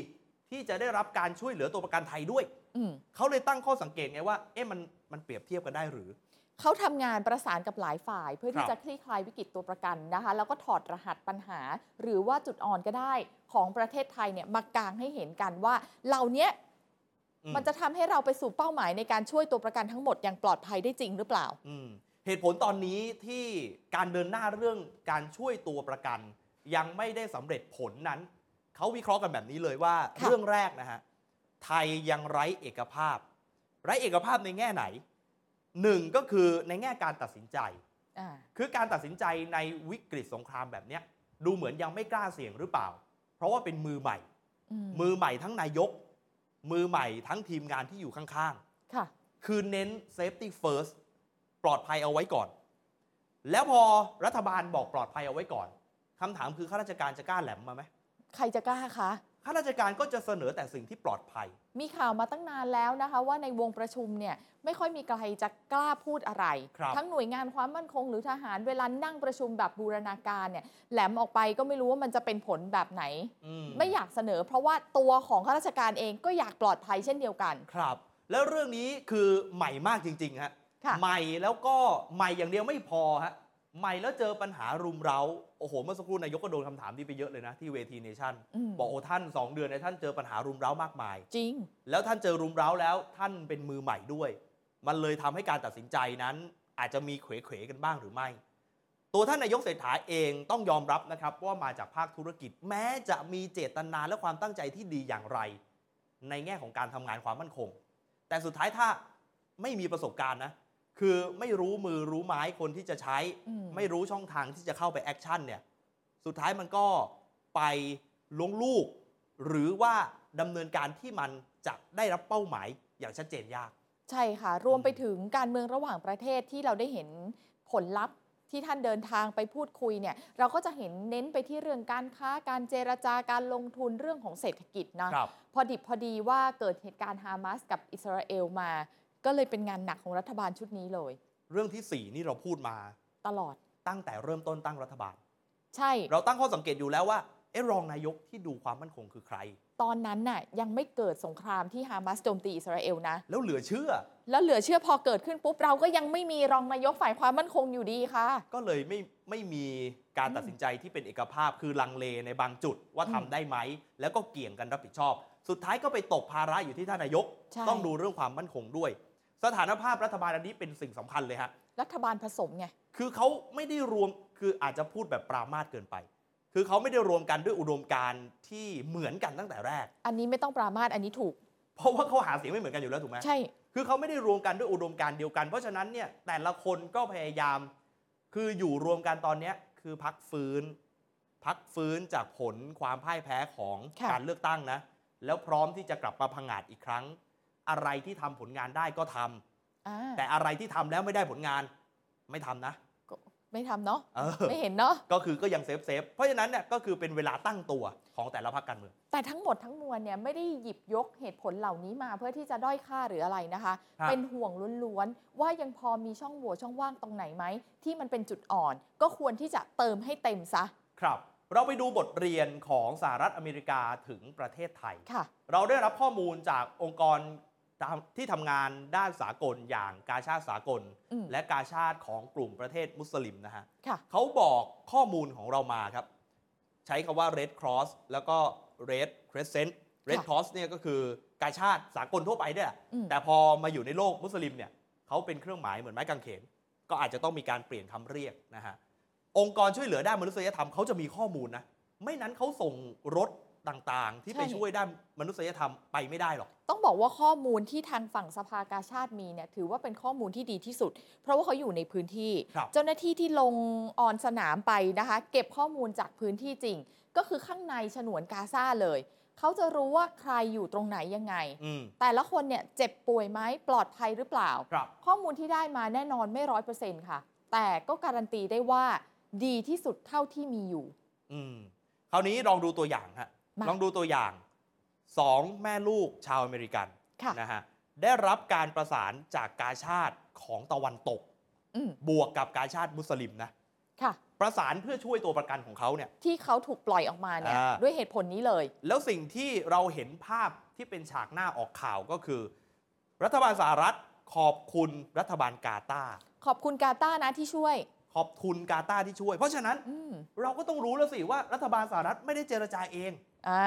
B: ที่จะได้รับการช่วยเหลือตัวประกันไทยด้วย
C: อืม
B: เขาเลยตั้งข้อสังเกตไงว่า เอ๊ะมันมันเปรียบเทียบกันได้หรือ
C: เขาทำงานประสานกับหลายฝ่าย เพื่อ
B: ครั
C: ที่
B: บ
C: จะคลี่คลายวิกฤตตัวประกันนะคะ แล้วก็ถอดรหัสปัญหา หรือว่าจุดอ่อนก็ได้ของประเทศไทยเนี่ยมากางให้เห็นกันว่าเหล่าเนี้ย
B: อื
C: มันจะทำให้เราไปสู่เป้าหมายในการช่วยตัวประกันทั้งหมดอย่างปลอดภัยได้จริงหรือเปล่า
B: อืมเหตุผลตอนนี้ที่การเดินหน้าเรื่องการช่วยตัวประกัน ยังไม่ได้สำเร็จผลนั้น เขาวิเคราะห์กันแบบนี้เลยว่า
C: ค่ะ
B: เรื่องแรกนะฮะไทยยังไร้เอกภาพ ไร้เอกภาพในแง่ไหนหนึ่งก็คือในแง่การตัดสินใจ
C: อ่า
B: คือการตัดสินใจในวิกฤตสงครามแบบเนี้ยดูเหมือนยังไม่กล้าเสี่ยงหรือเปล่า เพราะว่าเป็นมือใหม่
C: อืม
B: มือใหม่ทั้งนายก มือใหม่ทั้งทีมงานที่อยู่ข้าง
C: ค่ะ
B: ๆ คือเน้น safety first ปลอดภัยเอาไว้ก่อน แล้วพอรัฐบาลบอกปลอดภัยเอาไว้ก่อนคำถามคือข้าราชการจะกล้าแหลมมาไหม
C: ใครจะกล้าคะ
B: ข้าราชการก็จะเสนอแต่สิ่งที่ปลอดภัย
C: มีข่าวมาตั้งนานแล้วนะคะ ว่าในวงประชุมเนี่ยไม่ค่อยมีใครจะกล้าพูดอะไร
B: ครับ
C: ทั้งหน่วยงานความมั่นคงหรือทหารเวลานั่งประชุมแบบบูรณาการเนี่ยแหลมออกไปก็ไม่รู้ว่ามันจะเป็นผลแบบไหน
B: อื
C: ไม่อยากเสนอเพราะว่าตัวของข้าราชการเองก็อยากปลอดภัยเช่นเดียวกัน
B: ครับ แล้วเรื่องนี้คือใหม่มากจริงๆฮะ
C: ค่ะ
B: ใหม่แล้วก็ใหม่อย่างเดียวไม่พอฮะ ใหม่แล้วเจอปัญหารุมเร้าโอ้โหเมื่อสักครู่นายกก็โดนคำถามนี้ไปเยอะเลยนะที่เวทีเนชั่น
C: อืม
B: บอกโอ้ท่าน 2 เดือนเนยท่านเจอปัญหารุมเร้ามากมาย
C: จริง
B: แล้วท่านเจอรุมเร้าแล้วท่านเป็นมือใหม่ด้วย มันเลยทำให้การตัดสินใจนั้น อาจจะมีเขวๆกันบ้างหรือไม่ ตัวท่านนายกเศรษฐาเองต้องยอมรับนะครับว่ามาจากภาคธุรกิจ แม้จะมีเจตนาและความตั้งใจที่ดีอย่างไร ในแง่ของการทำงานความมั่นคง แต่สุดท้ายถ้าไม่มีประสบการณ์นะคือไม่รู้มือรู้ไม้คนที่จะใช้
C: อืม
B: ไม่รู้ช่องทางที่จะเข้าไปแอคชั่นเนี่ยสุดท้ายมันก็ไปล้วงลูก หรือว่าดำเนินการที่มันจะได้รับเป้าหมายอย่างชัดเจนยาก
C: ใช่ค่ะ รวมไปถึงการเมืองระหว่างประเทศที่เราได้เห็นผลลัพธ์ที่ท่านเดินทางไปพูดคุยเนี่ย เราก็จะเห็นเน้นไปที่เรื่องการค้าการเจรจาการลงทุนเรื่องของเศรษฐกิจนะ พอดิบพอดีว่าเกิดเหตุการณ์ฮามาสกับอิสราเอลมา ก็เลยเป็นงานหนักของรัฐบาลชุดนี้เลย
B: เรื่องที่ 4 นี่เราพูดมา
C: ตลอด
B: ตั้งแต่เริ่มต้นตั้งรัฐบาล
C: ใช่
B: เราตั้งข้อสังเกตอยู่แล้วว่าเอะรองนายกที่ดูความมั่นคงคือใคร
C: ตอนนั้นน่ะยังไม่เกิดสงครามที่ฮามาสโจมตีอิสราเอลนะ
B: แล้วเหลือเชื่อ
C: แล้วเหลือเชื่อพอเกิดขึ้นปุ๊บ เราก็ยังไม่มีรองนายกฝ่ายความมั่นคงอยู่ดีค่ะ
B: ก็เลยไม่ไม่มีการตัดสินใจที่เป็นเอกภาพคือลังเลในบางจุดว่า
C: อืม
B: ทำได้ไหม แล้วก็เกี่ยงกันรับผิดชอบ สุดท้ายก็ไปตกภาระอยู่ที่ท่านนายก
C: ใช่
B: ต้องดูเรื่องความมั่นคงด้วย สถานภาพรัฐบาลอันนี้เป็นสิ่งสำคัญเลยฮะ
C: รัฐบาลผสมไง
B: คือเขาไม่ได้รวมคืออาจจะพูดแบบปรามาสเกินไป คือเขาไม่ได้รวมกันด้วยอุดมการณ์ที่เหมือนกันตั้งแต่แรก
C: อันนี้ไม่ต้องปรามาสอันนี้ถูก
B: เพราะว่าเขาหาเสียงไม่เหมือนกันอยู่แล้วถูกไหม
C: ใช่
B: คือเขาไม่ได้รวมกันด้วยอุดมการณ์เดียวกัน เพราะฉะนั้นเนี่ยแต่ละคนก็พยายาม คืออยู่รวมกันตอนเนี้ยคือพักฟื้น พักฟื้นจากผลความพ่ายแพ้ของ
C: ค่ะ
B: การเลือกตั้งนะ แล้วพร้อมที่จะกลับมาพังอาจอีกครั้ง อะไรที่ทำผลงานได้ก็ทำ
C: อ่า
B: แต่อะไรที่ทำแล้วไม่ได้ผลงานไม่ทำนะ
C: ก็ไม่ทำเนาะ
B: เออ
C: ไม่เห็นเนาะ
B: ก็คือก็ยังเซฟเซฟเพราะฉะนั้นเนี่ยก็คือเป็นเวลาตั้งตัวของแต่ละพรรคการเมือง
C: แต่ทั้งหมดทั้งมวลเนี่ยไม่ได้หยิบยกเหตุผลเหล่านี้มาเพื่อที่จะด้อยค่าหรืออะไรนะคะ
B: ครับ
C: เป็นห่วงล้วนๆ ว่ายังพอมีช่องโหว่ช่องว่างตรงไหนไหม ที่มันเป็นจุดอ่อน ก็ควรที่จะเติมให้เต็มซะ
B: ครับ เราไปดูบทเรียนของสหรัฐอเมริกาถึงประเทศไทย
C: ค่ะ
B: เราได้รับข้อมูลจากองค์กรตามที่ทำงานด้านสากลอย่างกาชาติสากล
C: อืม
B: และกาชาติของกลุ่มประเทศมุสลิมนะฮะ
C: ค่ะ
B: เขาบอกข้อมูลของเรามาครับ ใช้คำว่า Red Cross แล้วก็ Red Crescent Red
C: ค่ะ
B: Cross เนี่ยก็คือกาชาติสากลทั่วไปเนี่ยแหละ
C: อืม
B: แต่พอมาอยู่ในโลกมุสลิมเนี่ยเขาเป็นเครื่องหมายเหมือนไม้กางเขน ก็อาจจะต้องมีการเปลี่ยนคำเรียกนะฮะ องค์กรช่วยเหลือด้านมนุษยธรรมเขาจะมีข้อมูลนะ ไม่นั้นเขาส่งรถต่างๆ ที่ไป
C: ใช่
B: ช่วยด้านมนุษยธรรมไปไม่ได้หรอก
C: ต้องบอกว่าข้อมูลที่ทางฝั่งสภากาชาติมีเนี่ยถือว่าเป็นข้อมูลที่ดีที่สุด เพราะว่าเขาอยู่ในพื้นที่
B: ครับ
C: เจ้าหน้าที่ที่ลงออนสนามไปนะคะ เก็บข้อมูลจากพื้นที่จริง ก็คือข้างในฉนวนกาซาเลย เขาจะรู้ว่าใครอยู่ตรงไหนยังไง
B: อืม
C: แต่ละคนเนี่ยเจ็บป่วยไหมปลอดภัยหรือเปล่า
B: ครับ
C: ข้อมูลที่ได้มาแน่นอนไม่ร้อยเปอร์เซ็นต์ค่ะ แต่ก็การันตีได้ว่าดีที่สุดเท่าที่มีอยู่
B: อืมคราวนี้ลองดูตัวอย่างฮะ
C: มา
B: ลองดูตัวอย่างสองแม่ลูกชาวอเมริกัน
C: ค่ะ
B: นะฮะได้รับการประสานจากกาชาติของตะวันตก
C: อืม
B: บวกกับกาชาติมุสลิมนะ
C: ค่ะ
B: ประสานเพื่อช่วยตัวประกันของเขาเนี่ย
C: ที่เขาถูกปล่อยออกมาเนี่ย
B: อ่า
C: ด้วยเหตุผลนี้เลย
B: แล้วสิ่งที่เราเห็นภาพที่เป็นฉากหน้าออกข่าวก็คือ รัฐบาลสหรัฐขอบคุณรัฐบาลกาตาร์
C: ขอบคุณกาตาร์นะที่ช่วย
B: ขอบคุณกาตาร์ที่ช่วย เพราะฉะนั้น
C: อืม
B: เราก็ต้องรู้แล้วสิว่ารัฐบาลสหรัฐไม่ได้เจรจาเอง
C: อ่า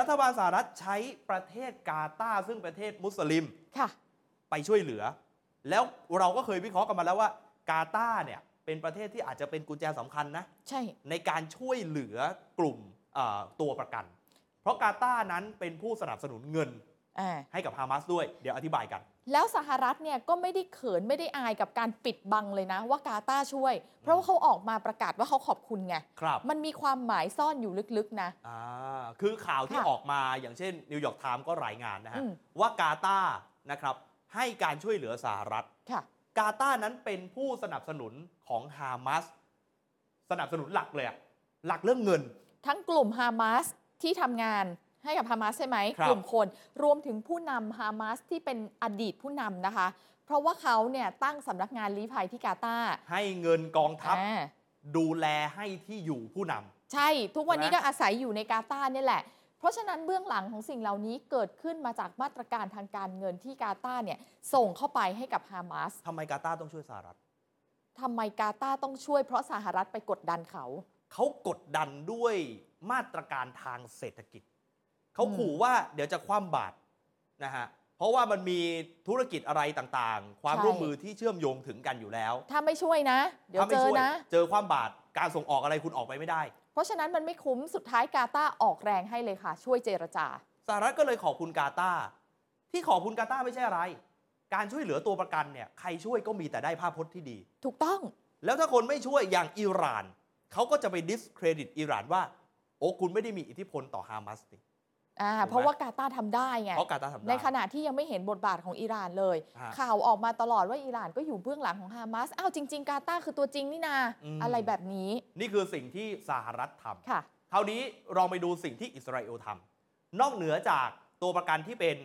B: รัฐบาลสหรัฐใช้ประเทศกาตาร์ซึ่งประเทศมุสลิม
C: ค่ะ
B: ไปช่วยเหลือ แล้วเราก็เคยวิเคราะห์กันมาแล้วว่ากาตาร์เนี่ยเป็นประเทศที่อาจจะเป็นกุญแจสำคัญนะ
C: ใช่
B: ในการช่วยเหลือกลุ่มเอ่อตัวประกัน เพราะกาตาร์นั้นเป็นผู้สนับสนุนเงิน
C: อ่า
B: ให้กับฮามาสด้วย เดี๋ยวอธิบายกัน
C: แล้วสหรัฐเนี่ยก็ไม่ได้เขินไม่ได้อายกับการปิดบังเลยนะ ว่ากาตาร์ช่วย เพราะว่าเขาออกมาประกาศว่าเขาขอบคุณไง
B: ครับ
C: มันมีความหมายซ่อนอยู่ลึกๆนะ
B: อ่าคือข่าวที่
C: ค่ะ
B: ออกมาอย่างเช่นนิวยอร์กไทม์ก็รายงานนะฮะ
C: อืม
B: ว่ากาตาร์นะครับ ให้การช่วยเหลือสหรัฐ
C: ค่ะ
B: กาตาร์นั้นเป็นผู้สนับสนุนของฮามาสสนับสนุนหลักเลยอะหลักเรื่องเงิน
C: ทั้งกลุ่มฮามาสที่ทำงานให้กับฮามาสใช่ไหม
B: ครับ
C: กลุ่มคน รวมถึงผู้นำฮามาสที่เป็นอดีตผู้นำนะคะ เพราะว่าเขาเนี่ยตั้งสำนักงานลี้ภัยที่กาตาร์
B: ให้เงินกองทัพ
C: อ่า
B: ดูแลให้ที่อยู่ผู้นำ
C: ใช่ ทุกวันนี้
B: ใช่ไหม
C: ก็อาศัยอยู่ในกาตาร์เนี่ยแหละ เพราะฉะนั้นเบื้องหลังของสิ่งเหล่านี้เกิดขึ้นมาจากมาตรการทางการเงินที่กาตาร์เนี่ยส่งเข้าไปให้กับฮามาส
B: ทำไมกาตาร์ต้องช่วยสหรัฐ
C: ทำไมกาตาร์ต้องช่วยเพราะสหรัฐไปกดดันเขา
B: เขากดดันด้วยมาตรการทางเศรษฐกิจ เขาขู่ว่าเดี๋ยวจะคว่ำบาตรนะฮะ เพราะว่ามันมีธุรกิจอะไรต่างๆ ความ
C: ใช่
B: ร่วมมือที่เชื่อมโยงถึงกันอยู่แล้ว
C: ถ้าไม่ช่วยนะ เดี๋ยว
B: ถ้า
C: เจ
B: ไม่
C: อ
B: ช่วย
C: นะ
B: เจอคว่ำบาตรการส่งออกอะไรคุณออกไปไม่ได้
C: เพราะฉะนั้นมันไม่คุ้มสุดท้ายกาตาร์ออกแรงให้เลยค่ะ ช่วยเจรจา
B: สหรัฐก็เลยขอบคุณกาตาร์ที่ขอบคุณกาตาร์ไม่ใช่อะไร การช่วยเหลือตัวประกันเนี่ยใครช่วยก็มีแต่ได้ภาพพจน์ที่ดี
C: ถูกต้อง
B: แล้วถ้าคนไม่ช่วยอย่างอิหร่านเขาก็จะไปดิสเครดิตอิหร่านว่า โอ้คุณไม่ได้มีอิทธิพลต่อฮามาสนี่
C: อ่า
B: ถูกไหม
C: เพราะว่ากาตาร์ทำได้ไง
B: เพราะกาตาร์ทำได้
C: ในขณะที่ยังไม่เห็นบทบาทของอิหร่านเลย
B: ฮะ
C: ข่าวออกมาตลอดว่าอิหร่านก็อยู่เบื้องหลังของฮามาสอ้าวจริง ๆ กาตาร์คือตัวจริงนี่นา
B: อืม
C: อะไรแบบนี้
B: นี่คือสิ่งที่สหรัฐทำ
C: ค่ะ
B: คราวนี้ลองไปดูสิ่งที่อิสราเอลทำนอกเหนือจากตัวประกันที่เป็น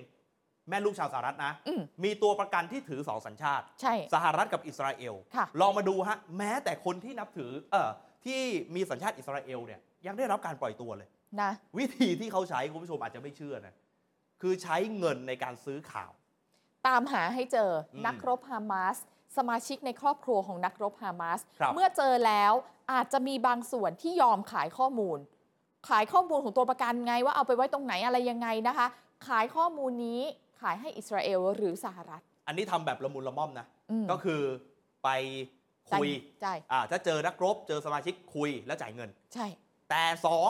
B: แม่ลูกชาวสหรัฐนะ
C: อืม
B: มีตัวประกันที่ถือสองสัญชาติ
C: ใช่
B: สหรัฐกับอิสราเอล
C: ค่ะ
B: ลองมาดูฮะ แม้แต่คนที่นับถือเอ่อที่มีสัญชาติอิสราเอลเนี่ยยังได้รับการปล่อยตัวเลย
C: นะ
B: วิธีที่เขาใช้ คุณผู้ชมอาจจะไม่เชื่อนะ คือใช้เงินในการซื้อข่าว
C: ตามหาให้เจออ
B: ม
C: นักรบฮามาสสมาชิกในครอบครัวของนักรบฮามาส
B: ครับ
C: เมื่อเจอแล้วอาจจะมีบางส่วนที่ยอมขายข้อมูล ขายข้อมูลของตัวประกันไงว่าเอาไปไว้ตรงไหนอะไรยังไงนะคะ ขายข้อมูลนี้ขายให้อิสราเอลหรือสหรัฐ
B: อันนี้ทำแบบละมุนละม่อมนะ
C: อืม
B: ก็คือไปคุย
C: ใช่
B: อ่าถ้าเจอนักรบ เจอสมาชิกคุยแล้วจ่ายเงิน
C: ใช่
B: แต่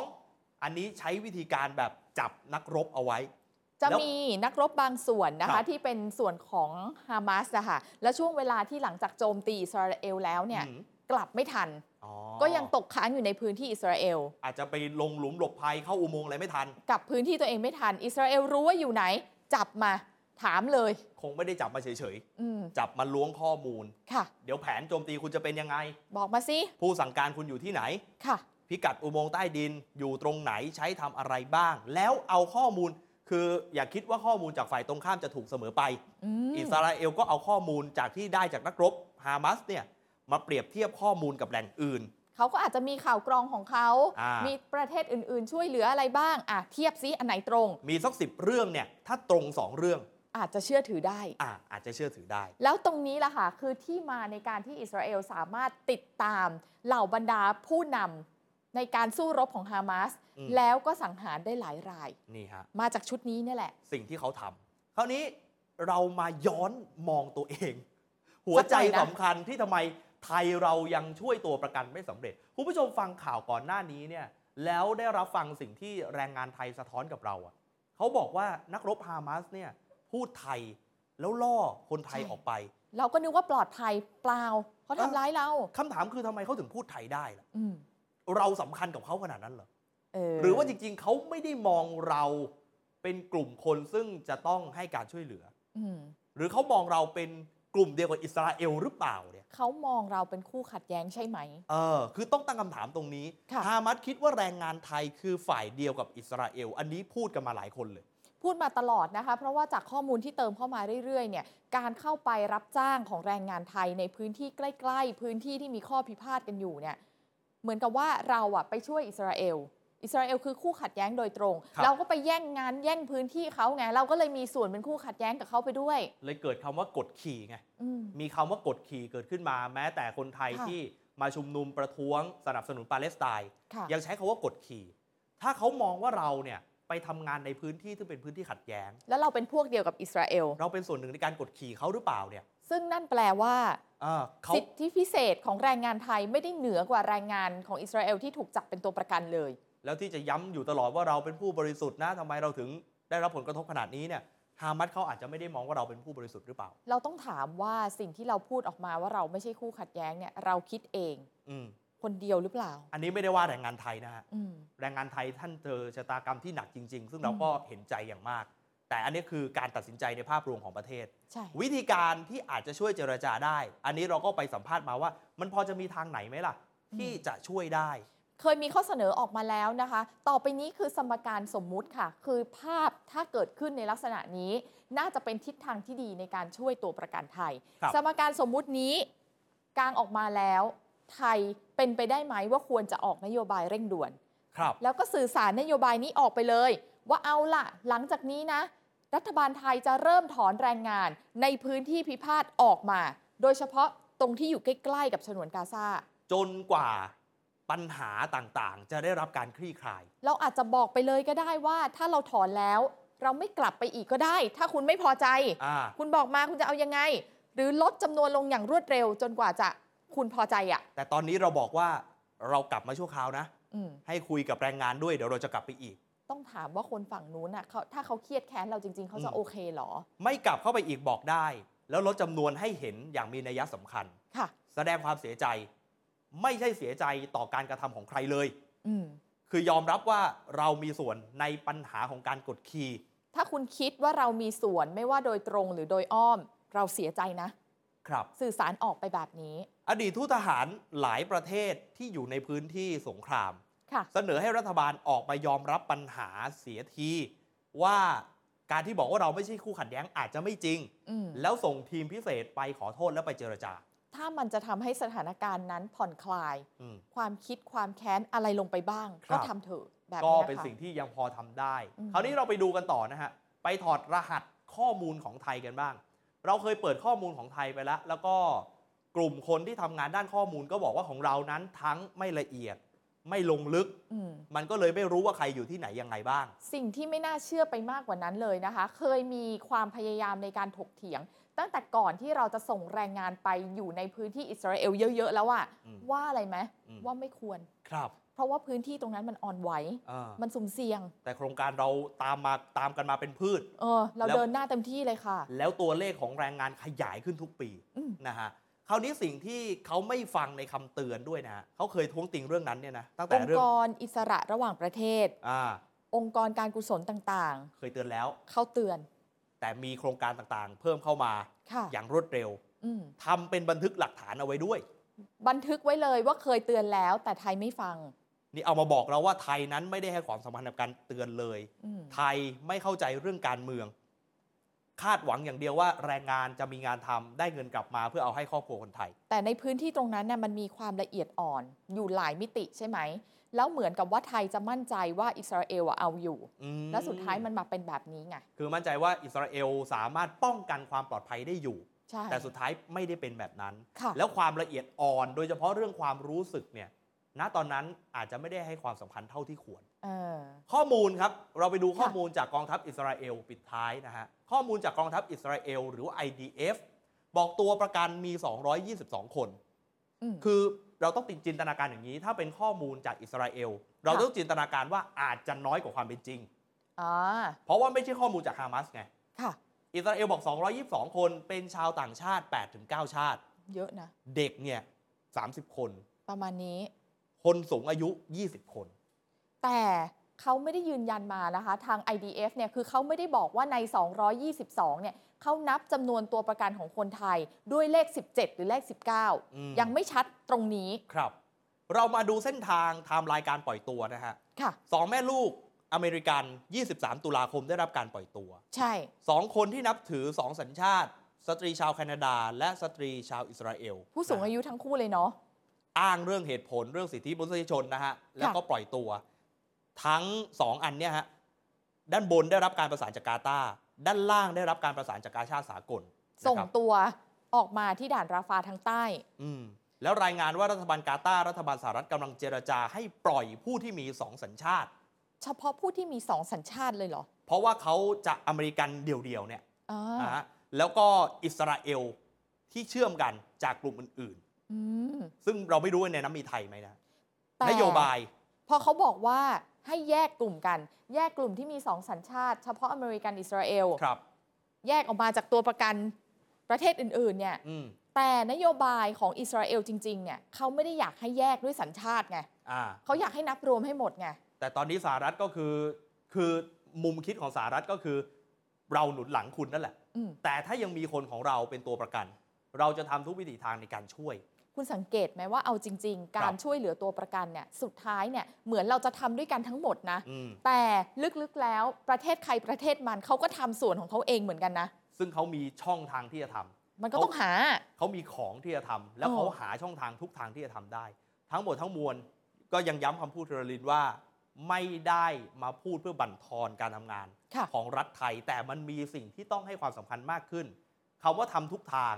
B: 2 อันนี้ใช้วิธีการแบบจับนักรบเอาไว้
C: จะ
B: แล้ว
C: มีนักรบบางส่วนนะ
B: ครั
C: คะ
B: บ
C: ที่เป็นส่วนของฮามาสอะค่ะและช่วงเวลาที่หลังจากโจมตีอิสราเอลแล้วเนี่ย
B: อืม
C: กลับไม่ทัน
B: อ๋อ
C: ก็ยังตกค้างอยู่ในพื้นที่อิสราเอล
B: อาจจะไปลงหลุมหลบภัยเข้าอุโมงค์อะไรไม่ทัน
C: กับพื้นที่ตัวเองไม่ทัน อิสราเอลรู้ว่าอยู่ไหน จับมาถามเลย
B: คงไม่ได้จับมาเฉย
C: อืม
B: ๆ จับมาล้วงข้อมูล
C: ค่ะ
B: เดี๋ยวแผนโจมตีคุณจะเป็นยังไง
C: บอกมาสิ
B: ผู้สั่งการคุณอยู่ที่ไหน
C: ค่ะ
B: พิกัดอุโมงค์ใต้ดินอยู่ตรงไหนใช้ทำอะไรบ้าง แล้วเอาข้อมูล คืออย่าคิดว่าข้อมูลจากฝ่ายตรงข้ามจะถูกเสมอไป
C: อืม
B: อิสราเอลก็เอาข้อมูลจากที่ได้จากนักรบฮามาสเนี่ยมาเปรียบเทียบข้อมูลกับแหล่งอื่น
C: เขาก็อาจจะมีข่าวกรองของเขา
B: อ่ามี
C: มีประเทศอื่น ๆ ช่วยเหลืออะไรบ้าง อ่ะ เทียบซิ อันไหนตรง
B: มีสักสิบเรื่องเนี่ยถ้าตรงสองเรื่อง
C: อาจจะเชื่อถือได้
B: อ่าอาจจะเชื่อถือได้
C: แล้วตรงนี้ล่ะค่ะ คือที่มาในการที่อิสราเอลสามารถติดตามเหล่าบรรดาผู้นำในการสู้รบของฮามาส
B: อืม
C: แล้วก็สังหารได้หลายราย
B: นี่ฮะ
C: มาจากชุดนี้เนี่ยแหละ
B: สิ่งที่เขาทำคราวนี้เรามาย้อนมองตัวเอง (laughs) หัวใจสำคัญที่ทำไมไทยเรายังช่วยตัวประกันไม่สำเร็จ คุณผู้ชมฟังข่าวก่อนหน้านี้เนี่ยแล้วได้รับฟังสิ่งที่แรงงานไทยสะท้อนกับเราอ่ะเขาบอกว่านักรบฮามาสเนี่ยพูดไทยแล้วล่อคนไทย
C: ใช่
B: ออกไป
C: เราก็นึกว่าปลอดภัยเปล่าเขาทำร้ายเรา
B: คำถามคือทำไมเขาถึงพูดไทยได้ล่ะ
C: อืม
B: เราสำคัญกับเขาขนาดนั้นเหรอ
C: เห
B: รือว่าจริงๆ เขาไม่ได้มองเราเป็นกลุ่มคนซึ่งจะต้องให้การช่วยเหลือ
C: อืม
B: หรือเขามองเราเป็นกลุ่มเดียวกับอิสราเอลหรือเปล่าเนี่ย
C: เขามองเราเป็นคู่ขัดแย้งใช่ไหม
B: เออ คือต้องตั้งคำถามตรงนี้
C: ค่ะ
B: ฮามัสคิดว่าแรงงานไทยคือฝ่ายเดียวกับอิสราเอล อันนี้พูดกันมาหลายคนเลย
C: พูดมาตลอดนะคะ เพราะว่าจากข้อมูลที่เติมเข้ามาเรื่อยๆ เนี่ย การเข้าไปรับจ้างของแรงงานไทยในพื้นที่ใกล้ๆ พื้นที่ที่มีข้อพิพาทกันอยู่เนี่ย เหมือนกับว่าเราอะไปช่วยอิสราเอล อิสราเอลคือคู่ขัดแย้งโดยตรง
B: ครับ
C: เราก็ไปแย่งงานแย่งพื้นที่เขาไง เราก็เลยมีส่วนเป็นคู่ขัดแย้งกับเขาไปด้วย
B: เลยเกิดคำว่ากดขี่ไง
C: อืม
B: มีคำว่ากดขี่เกิดขึ้นมา แม้แต่คนไทย
C: ค่ะ
B: ที่มาชุมนุมประท้วงสนับสนุนปาเลสไตน์
C: ค่ะ
B: ยังใช้คาว่ากดขี่ ถ้าเขามองว่าเราเนี่ยไปทำงานในพื้นที่ที่เป็นพื้นที่ขัดแย้ง
C: แล้วเราเป็นพวกเดียวกับอิสราเอล
B: เราเป็นส่วนหนึ่งในการกดขี่เขาหรือเปล่าเนี่ย
C: ซึ่งนั่นแปลว่า
B: เออเขา
C: สิทธิพิเศษของแรงงานไทยไม่ได้เหนือกว่าแรงงานของอิสราเอลที่ถูกจับเป็นตัวประกันเลย
B: แล้วที่จะย้ำอยู่ตลอดว่าเราเป็นผู้บริสุทธิ์นะทำไมเราถึงได้รับผลกระทบขนาดนี้เนี่ยฮามัสเขาอาจจะไม่ได้มองว่าเราเป็นผู้บริสุทธิ์หรือเปล่า
C: เราต้องถามว่าสิ่งที่เราพูดออกมาว่าเราไม่ใช่คู่ขัดแย้งเนี่ยเราคิดเอง
B: อืม
C: คนเดียวหรือเปล่า
B: อันนี้ไม่ได้ว่าแรงงานไทยนะฮะ
C: อืม
B: แรงงานไทยท่านเจอชะตากรรมที่หนักจริง ๆ ซึ่งเราก็เห็นใจอย่างมาก แต่อันนี้คือการตัดสินใจในภาพรวมของประเทศ
C: ใช่
B: วิธีการที่อาจจะช่วยเจรจาได้ อันนี้เราก็ไปสัมภาษณ์มาว่า มันพอจะมีทางไหนไหมล่ะ ที่จะช่วยได้
C: เคยมีข้อเสนอออกมาแล้วนะคะ ต่อไปนี้คือสมการสมมุติค่ะ คือภาพถ้าเกิดขึ้นในลักษณะนี้ น่าจะเป็นทิศทางที่ดีในการช่วยตัวประกันไทย
B: ครับ
C: สมการสมมุตินี้กลางออกมาแล้ว ไทยเป็นไปได้ไหมว่าควรจะออกนโยบายเร่งด่วน
B: ครับ
C: แล้วก็สื่อสารนโยบายนี้ออกไปเลย ว่าเอาล่ะ หลังจากนี้นะ รัฐบาลไทยจะเริ่มถอนแรงงานในพื้นที่พิพาทออกมา โดยเฉพาะ รงที่อยู่ใกล้ ๆ กับฉนวนกาซา
B: จนกว่าปัญหาต่างๆ จะได้รับการคลี่คลาย
C: เราอาจจะบอกไปเลยก็ได้ว่า ถ้าเราถอนแล้ว เราไม่กลับไปอีกก็ได้ ถ้าคุณไม่พอใจ
B: อ่า
C: คุณบอกมาคุณจะเอายังไง หรือลดจำนวนลงอย่างรวดเร็วจนกว่าจะคุณพอใจอะ่ะ
B: แต่ตอนนี้เราบอกว่าเรากลับมาชั่วคราวนะ
C: อืม
B: ให้คุยกับแรงงานด้วยเดี๋ยวเราจะกลับไปอีก
C: ต้องถามว่าคนฝั่งนู้นน่ะเขาถ้าเขาเครียดแค้นเราจริง ๆ เขาจะ
B: อืม
C: โอเคเหรอ
B: ไม่กลับเข้าไปอีกบอกได้ แล้วลดจำนวนให้เห็นอย่างมีนัยสำคัญ
C: ค่ะ
B: แสดงความเสียใจ ไม่ใช่เสียใจต่อการกระทำของใครเลย
C: อืม
B: คือยอมรับว่าเรามีส่วนในปัญหาของการกดขี่
C: ถ้าคุณคิดว่าเรามีส่วนไม่ว่าโดยตรงหรือโดยอ้อม เราเสียใจนะ
B: ครับ
C: สื่อสารออกไปแบบนี้
B: อดีตทูตทหารหลายประเทศที่อยู่ในพื้นที่สงคราม
C: ค่ะ
B: เสนอให้รัฐบาลออกมายอมรับปัญหาเสียที ว่าการที่บอกว่าเราไม่ใช่คู่ขัดแย้งอาจจะไม่จริง
C: อืม
B: แล้วส่งทีมพิเศษไปขอโทษแล้วไปเจรจา
C: ถ้ามันจะทำให้สถานการณ์นั้นผ่อนคลาย
B: อืม
C: ความคิดความแค้นอะไรลงไปบ้าง
B: ครับ
C: ก็ทำเถอะแบบ
B: ก็
C: นี้
B: เป็นสิ่ง
C: ค่ะ
B: ที่ยังพอทำได้
C: อืม
B: คราวนี้เราไปดูกันต่อนะฮะ ไปถอดรหัสข้อมูลของไทยกันบ้าง เราเคยเปิดข้อมูลของไทยไปแล้ว แล้วก็กลุ่มคนที่ทำงานด้านข้อมูลก็บอกว่าของเรานั้นทั้งไม่ละเอียด ไม่ลงลึก
C: อืม
B: มันก็เลยไม่รู้ว่าใครอยู่ที่ไหนยังไงบ้าง
C: สิ่งที่ไม่น่าเชื่อไปมากกว่านั้นเลยนะคะ เคยมีความพยายามในการถกเถียง ตั้งแต่ก่อนที่เราจะส่งแรงงานไปอยู่ในพื้นที่อิสราเอลเยอะ ๆ แล้วอะ
B: อืม
C: ว่าอะไรไหม
B: อืม
C: ว่าไม่ควร
B: ครับ
C: เพราะว่าพื้นที่ตรงนั้นมันอ่อนไหว
B: อ่า
C: มันสุ่มเสี่ยง
B: แต่โครงการเราตามมาตามกันมาเป็นพืช
C: เออ เรา
B: แล้ว
C: เดินหน้าเต็มที่เลยค่ะ
B: แล้วตัวเลขของแรงงานขยายขึ้นทุกปี
C: อืม
B: นะฮะ คราวนี้สิ่งที่เขาไม่ฟังในคำเตือนด้วยนะฮะเขาเคยท้วงติงเรื่องนั้นเนี่ยนะตั้ง
C: อ
B: แต่
C: งค์
B: เรื่อง
C: กรอิสระระหว่างประเทศ
B: อ่า
C: องค์กรการกุศลต่าง
B: เคยเตือนแล้ว
C: ๆ เข้าเตือน
B: แต่มีโครงการต่างๆ เพิ่มเข้ามา
C: ค่ะ
B: อย่างรวดเร็ว
C: อืม
B: ทำเป็นบันทึกหลักฐานเอาไว้ด้วย
C: บันทึกไว้เลยว่าเคยเตือนแล้ว แต่ไทยไม่ฟัง
B: นี่เอามาบอกเราว่าไทยนั้นไม่ได้ให้ความสำคัญกับการเตือนเลย
C: อืม
B: ไทยไม่เข้าใจเรื่องการเมือง คาดหวังอย่างเดียวว่าแรงงานจะมีงานทำได้เงินกลับมาเพื่อเอาให้ครอบครัวคนไทย
C: แต่ในพื้นที่ตรงนั้นน่ะมันมีความละเอียดอ่อน อยู่หลายมิติใช่ไหม แล้วเหมือนกับว่าไทยจะมั่นใจว่าอิสราเอลอะเอาอยู่
B: อืม
C: แล้วสุดท้ายมันมาเป็นแบบนี้ไง
B: คือมั่นใจว่าอิสราเอลสามารถป้องกันความปลอดภัยได้อยู่
C: ใช่
B: แต่สุดท้ายไม่ได้เป็นแบบนั้น
C: ค่ะ
B: แล้วความละเอียดอ่อน โดยเฉพาะเรื่องความรู้สึกเนี่ยณตอนนั้นอาจจะไม่ได้ให้ความสำคัญเท่าที่ควร
C: เออ
B: ข้อมูลครับ เราไปดู
C: ค่ะ
B: ข้อมูลจากกองทัพอิสราเอลปิดท้ายนะฮะ ข้อมูลจากกองทัพอิสราเอลหรือ IDF บอกตัวประกันมี 222 คน
C: อืม
B: คือเราต้องติดจินตนาการอย่างนี้ ถ้าเป็นข้อมูลจากอิสราเอล เรา
C: ค่ะ
B: ต้องจินตนาการว่าอาจจะน้อยกว่าความเป็นจริง
C: อ่า
B: เพราะว่าไม่ใช่ข้อมูลจากฮามาสไง
C: ค่ะ
B: อิสราเอลบอก 222 คน เป็นชาวต่างชาติ 8-9 ชาติ
C: เยอะนะ
B: เด็กเนี่ย 30 คน
C: ประมาณนี้
B: คนสูงอายุ 20 คน
C: แต่เขาไม่ได้ยืนยันมานะคะ ทาง IDF เนี่ยคือเขาไม่ได้บอกว่าใน 222 เนี่ยเขานับจำนวนตัวประกันของคนไทยด้วยเลข 17 หรือเลข
B: อืม
C: 19 ยังไม่ชัดตรงนี้
B: ครับ เรามาดูเส้นทางไทม์ไลน์การปล่อยตัวนะฮะ
C: ค่ะ
B: สองแม่ลูกอเมริกัน 23 ตุลาคมได้รับการปล่อยตัว
C: ใช่
B: 2 คนที่นับถือ 2 สัญชาติ สตรีชาวแคนาดา และสตรีชาวอิสราเอล
C: ผู้สูงอายุทั้งคู่เลยเนาะ
B: อ้างเรื่องเหตุผลเรื่องสิทธิมนุษยชนนะฮะ แล้วก็ปล่อยตัว ทั้ง 2 อันเนี่ยฮะ ด้านบนได้รับการประสานจากกาตาร์ด้านล่างได้รับการประสานจากกาชาติสากล
C: ส่ง
B: นะครับ
C: ตัวออกมาที่ด่านราฟาทางใต้
B: อืมแล้วรายงานว่ารัฐบาลกาตาร์รัฐบาลสหรัฐกำลังเจรจาให้ปล่อยผู้ที่มี 2 สัญชาติ
C: เฉพาะผู้ที่มีสองสัญชาติเลยเหรอ
B: เพราะว่าเขาจะอเมริกันเดี่ยวๆเนี่ย
C: อ่า
B: นะฮะแล้วก็อิสราเอลที่เชื่อมกันจากกลุ่มอื่น
C: อืม
B: ๆ ซึ่งเราไม่รู้ว่าในนั้นมีไทยไหมนะ
C: แต่
B: นโยบาย
C: พอเขาบอกว่าให้แยกกลุ่มกัน แยกกลุ่มที่มีสองสัญชาติ เฉพาะอเมริกันอิสราเอล
B: ครับ
C: แยกออกมาจากตัวประกันประเทศอื่น ๆ เนี่ย
B: อืม
C: แต่นโยบายของอิสราเอลจริง ๆ เนี่ยเขาไม่ได้อยากให้แยกด้วยสัญชาติไง
B: อ่า
C: เขาอยากให้นับรวมให้หมดไง
B: แต่ตอนนี้สหรัฐก็คือ คือมุมคิดของสหรัฐก็คือ เราหนุนหลังคุณนั่นแหละ
C: อืม
B: แต่ถ้ายังมีคนของเราเป็นตัวประกัน เราจะทำทุกวิถีทางในการช่วย
C: คุณสังเกตไหมว่าเอาจริง ๆ การช่วยเหลือตัวประกันเนี่ยสุดท้ายเนี่ยเหมือนเราจะทำด้วยกันทั้งหมดนะ
B: อืม
C: แต่ลึกๆแล้วประเทศใครประเทศมันเขาก็ทำส่วนของเขาเองเหมือนกันนะ
B: ซึ่งเขามีช่องทางที่จะทำ
C: มันก็ต้องหา
B: เขามีของที่จะทำแล้วเขา
C: อ๋อ
B: หาช่องทางทุกทางที่จะทำได้ ทั้งหมดทั้งมวลก็ยังย้ำคำพูดเทอรลินว่า ไม่ได้มาพูดเพื่อบั่นทอนการทำงาน
C: ค่ะ
B: ของรัฐไทย แต่มันมีสิ่งที่ต้องให้ความสำคัญมากขึ้นคำว่าทำทุกทาง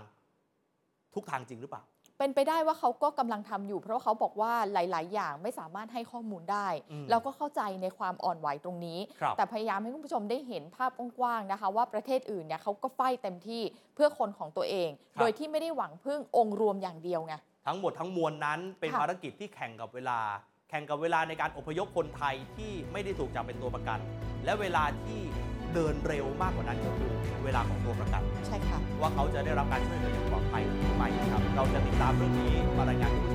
B: ทุกทางจริงหรือเปล่า
C: เป็นไปได้ว่าเขาก็กำลังทำอยู่ เพราะว่าเขาบอกว่าหลาย ๆ อย่างไม่สามารถให้ข้อมูลได้
B: อืม
C: เราก็เข้าใจในความอ่อนไหวตรงนี้
B: ครับ
C: แต่พยายามให้คุณผู้ชมได้เห็นภาพกว้างๆนะคะ ว่าประเทศอื่นเนี่ยเขาก็ไฟต์เต็มที่เพื่อคนของตัวเอง
B: ครับ
C: โดยที่ไม่ได้หวังพึ่งองค์รวมอย่างเดียวไง
B: ทั้งหมดทั้งมวลนั้นเป็น
C: ค่ะ
B: ภารกิจที่แข่งกับเวลา แข่งกับเวลาในการอพยพคนไทยที่ไม่ได้ถูกจับเป็นตัวประกัน และเวลาที่เดินเร็วมากกว่านั้นก็คือเวลาของตัวประกัน
C: ใช่ค่ะ
B: ว่าเขาจะได้รับการช่วยเหลืออย่างปลอดภัยหรือไม่ครับ เราจะติดตามเรื่องนี้มารายงานให้คุณผู้ชม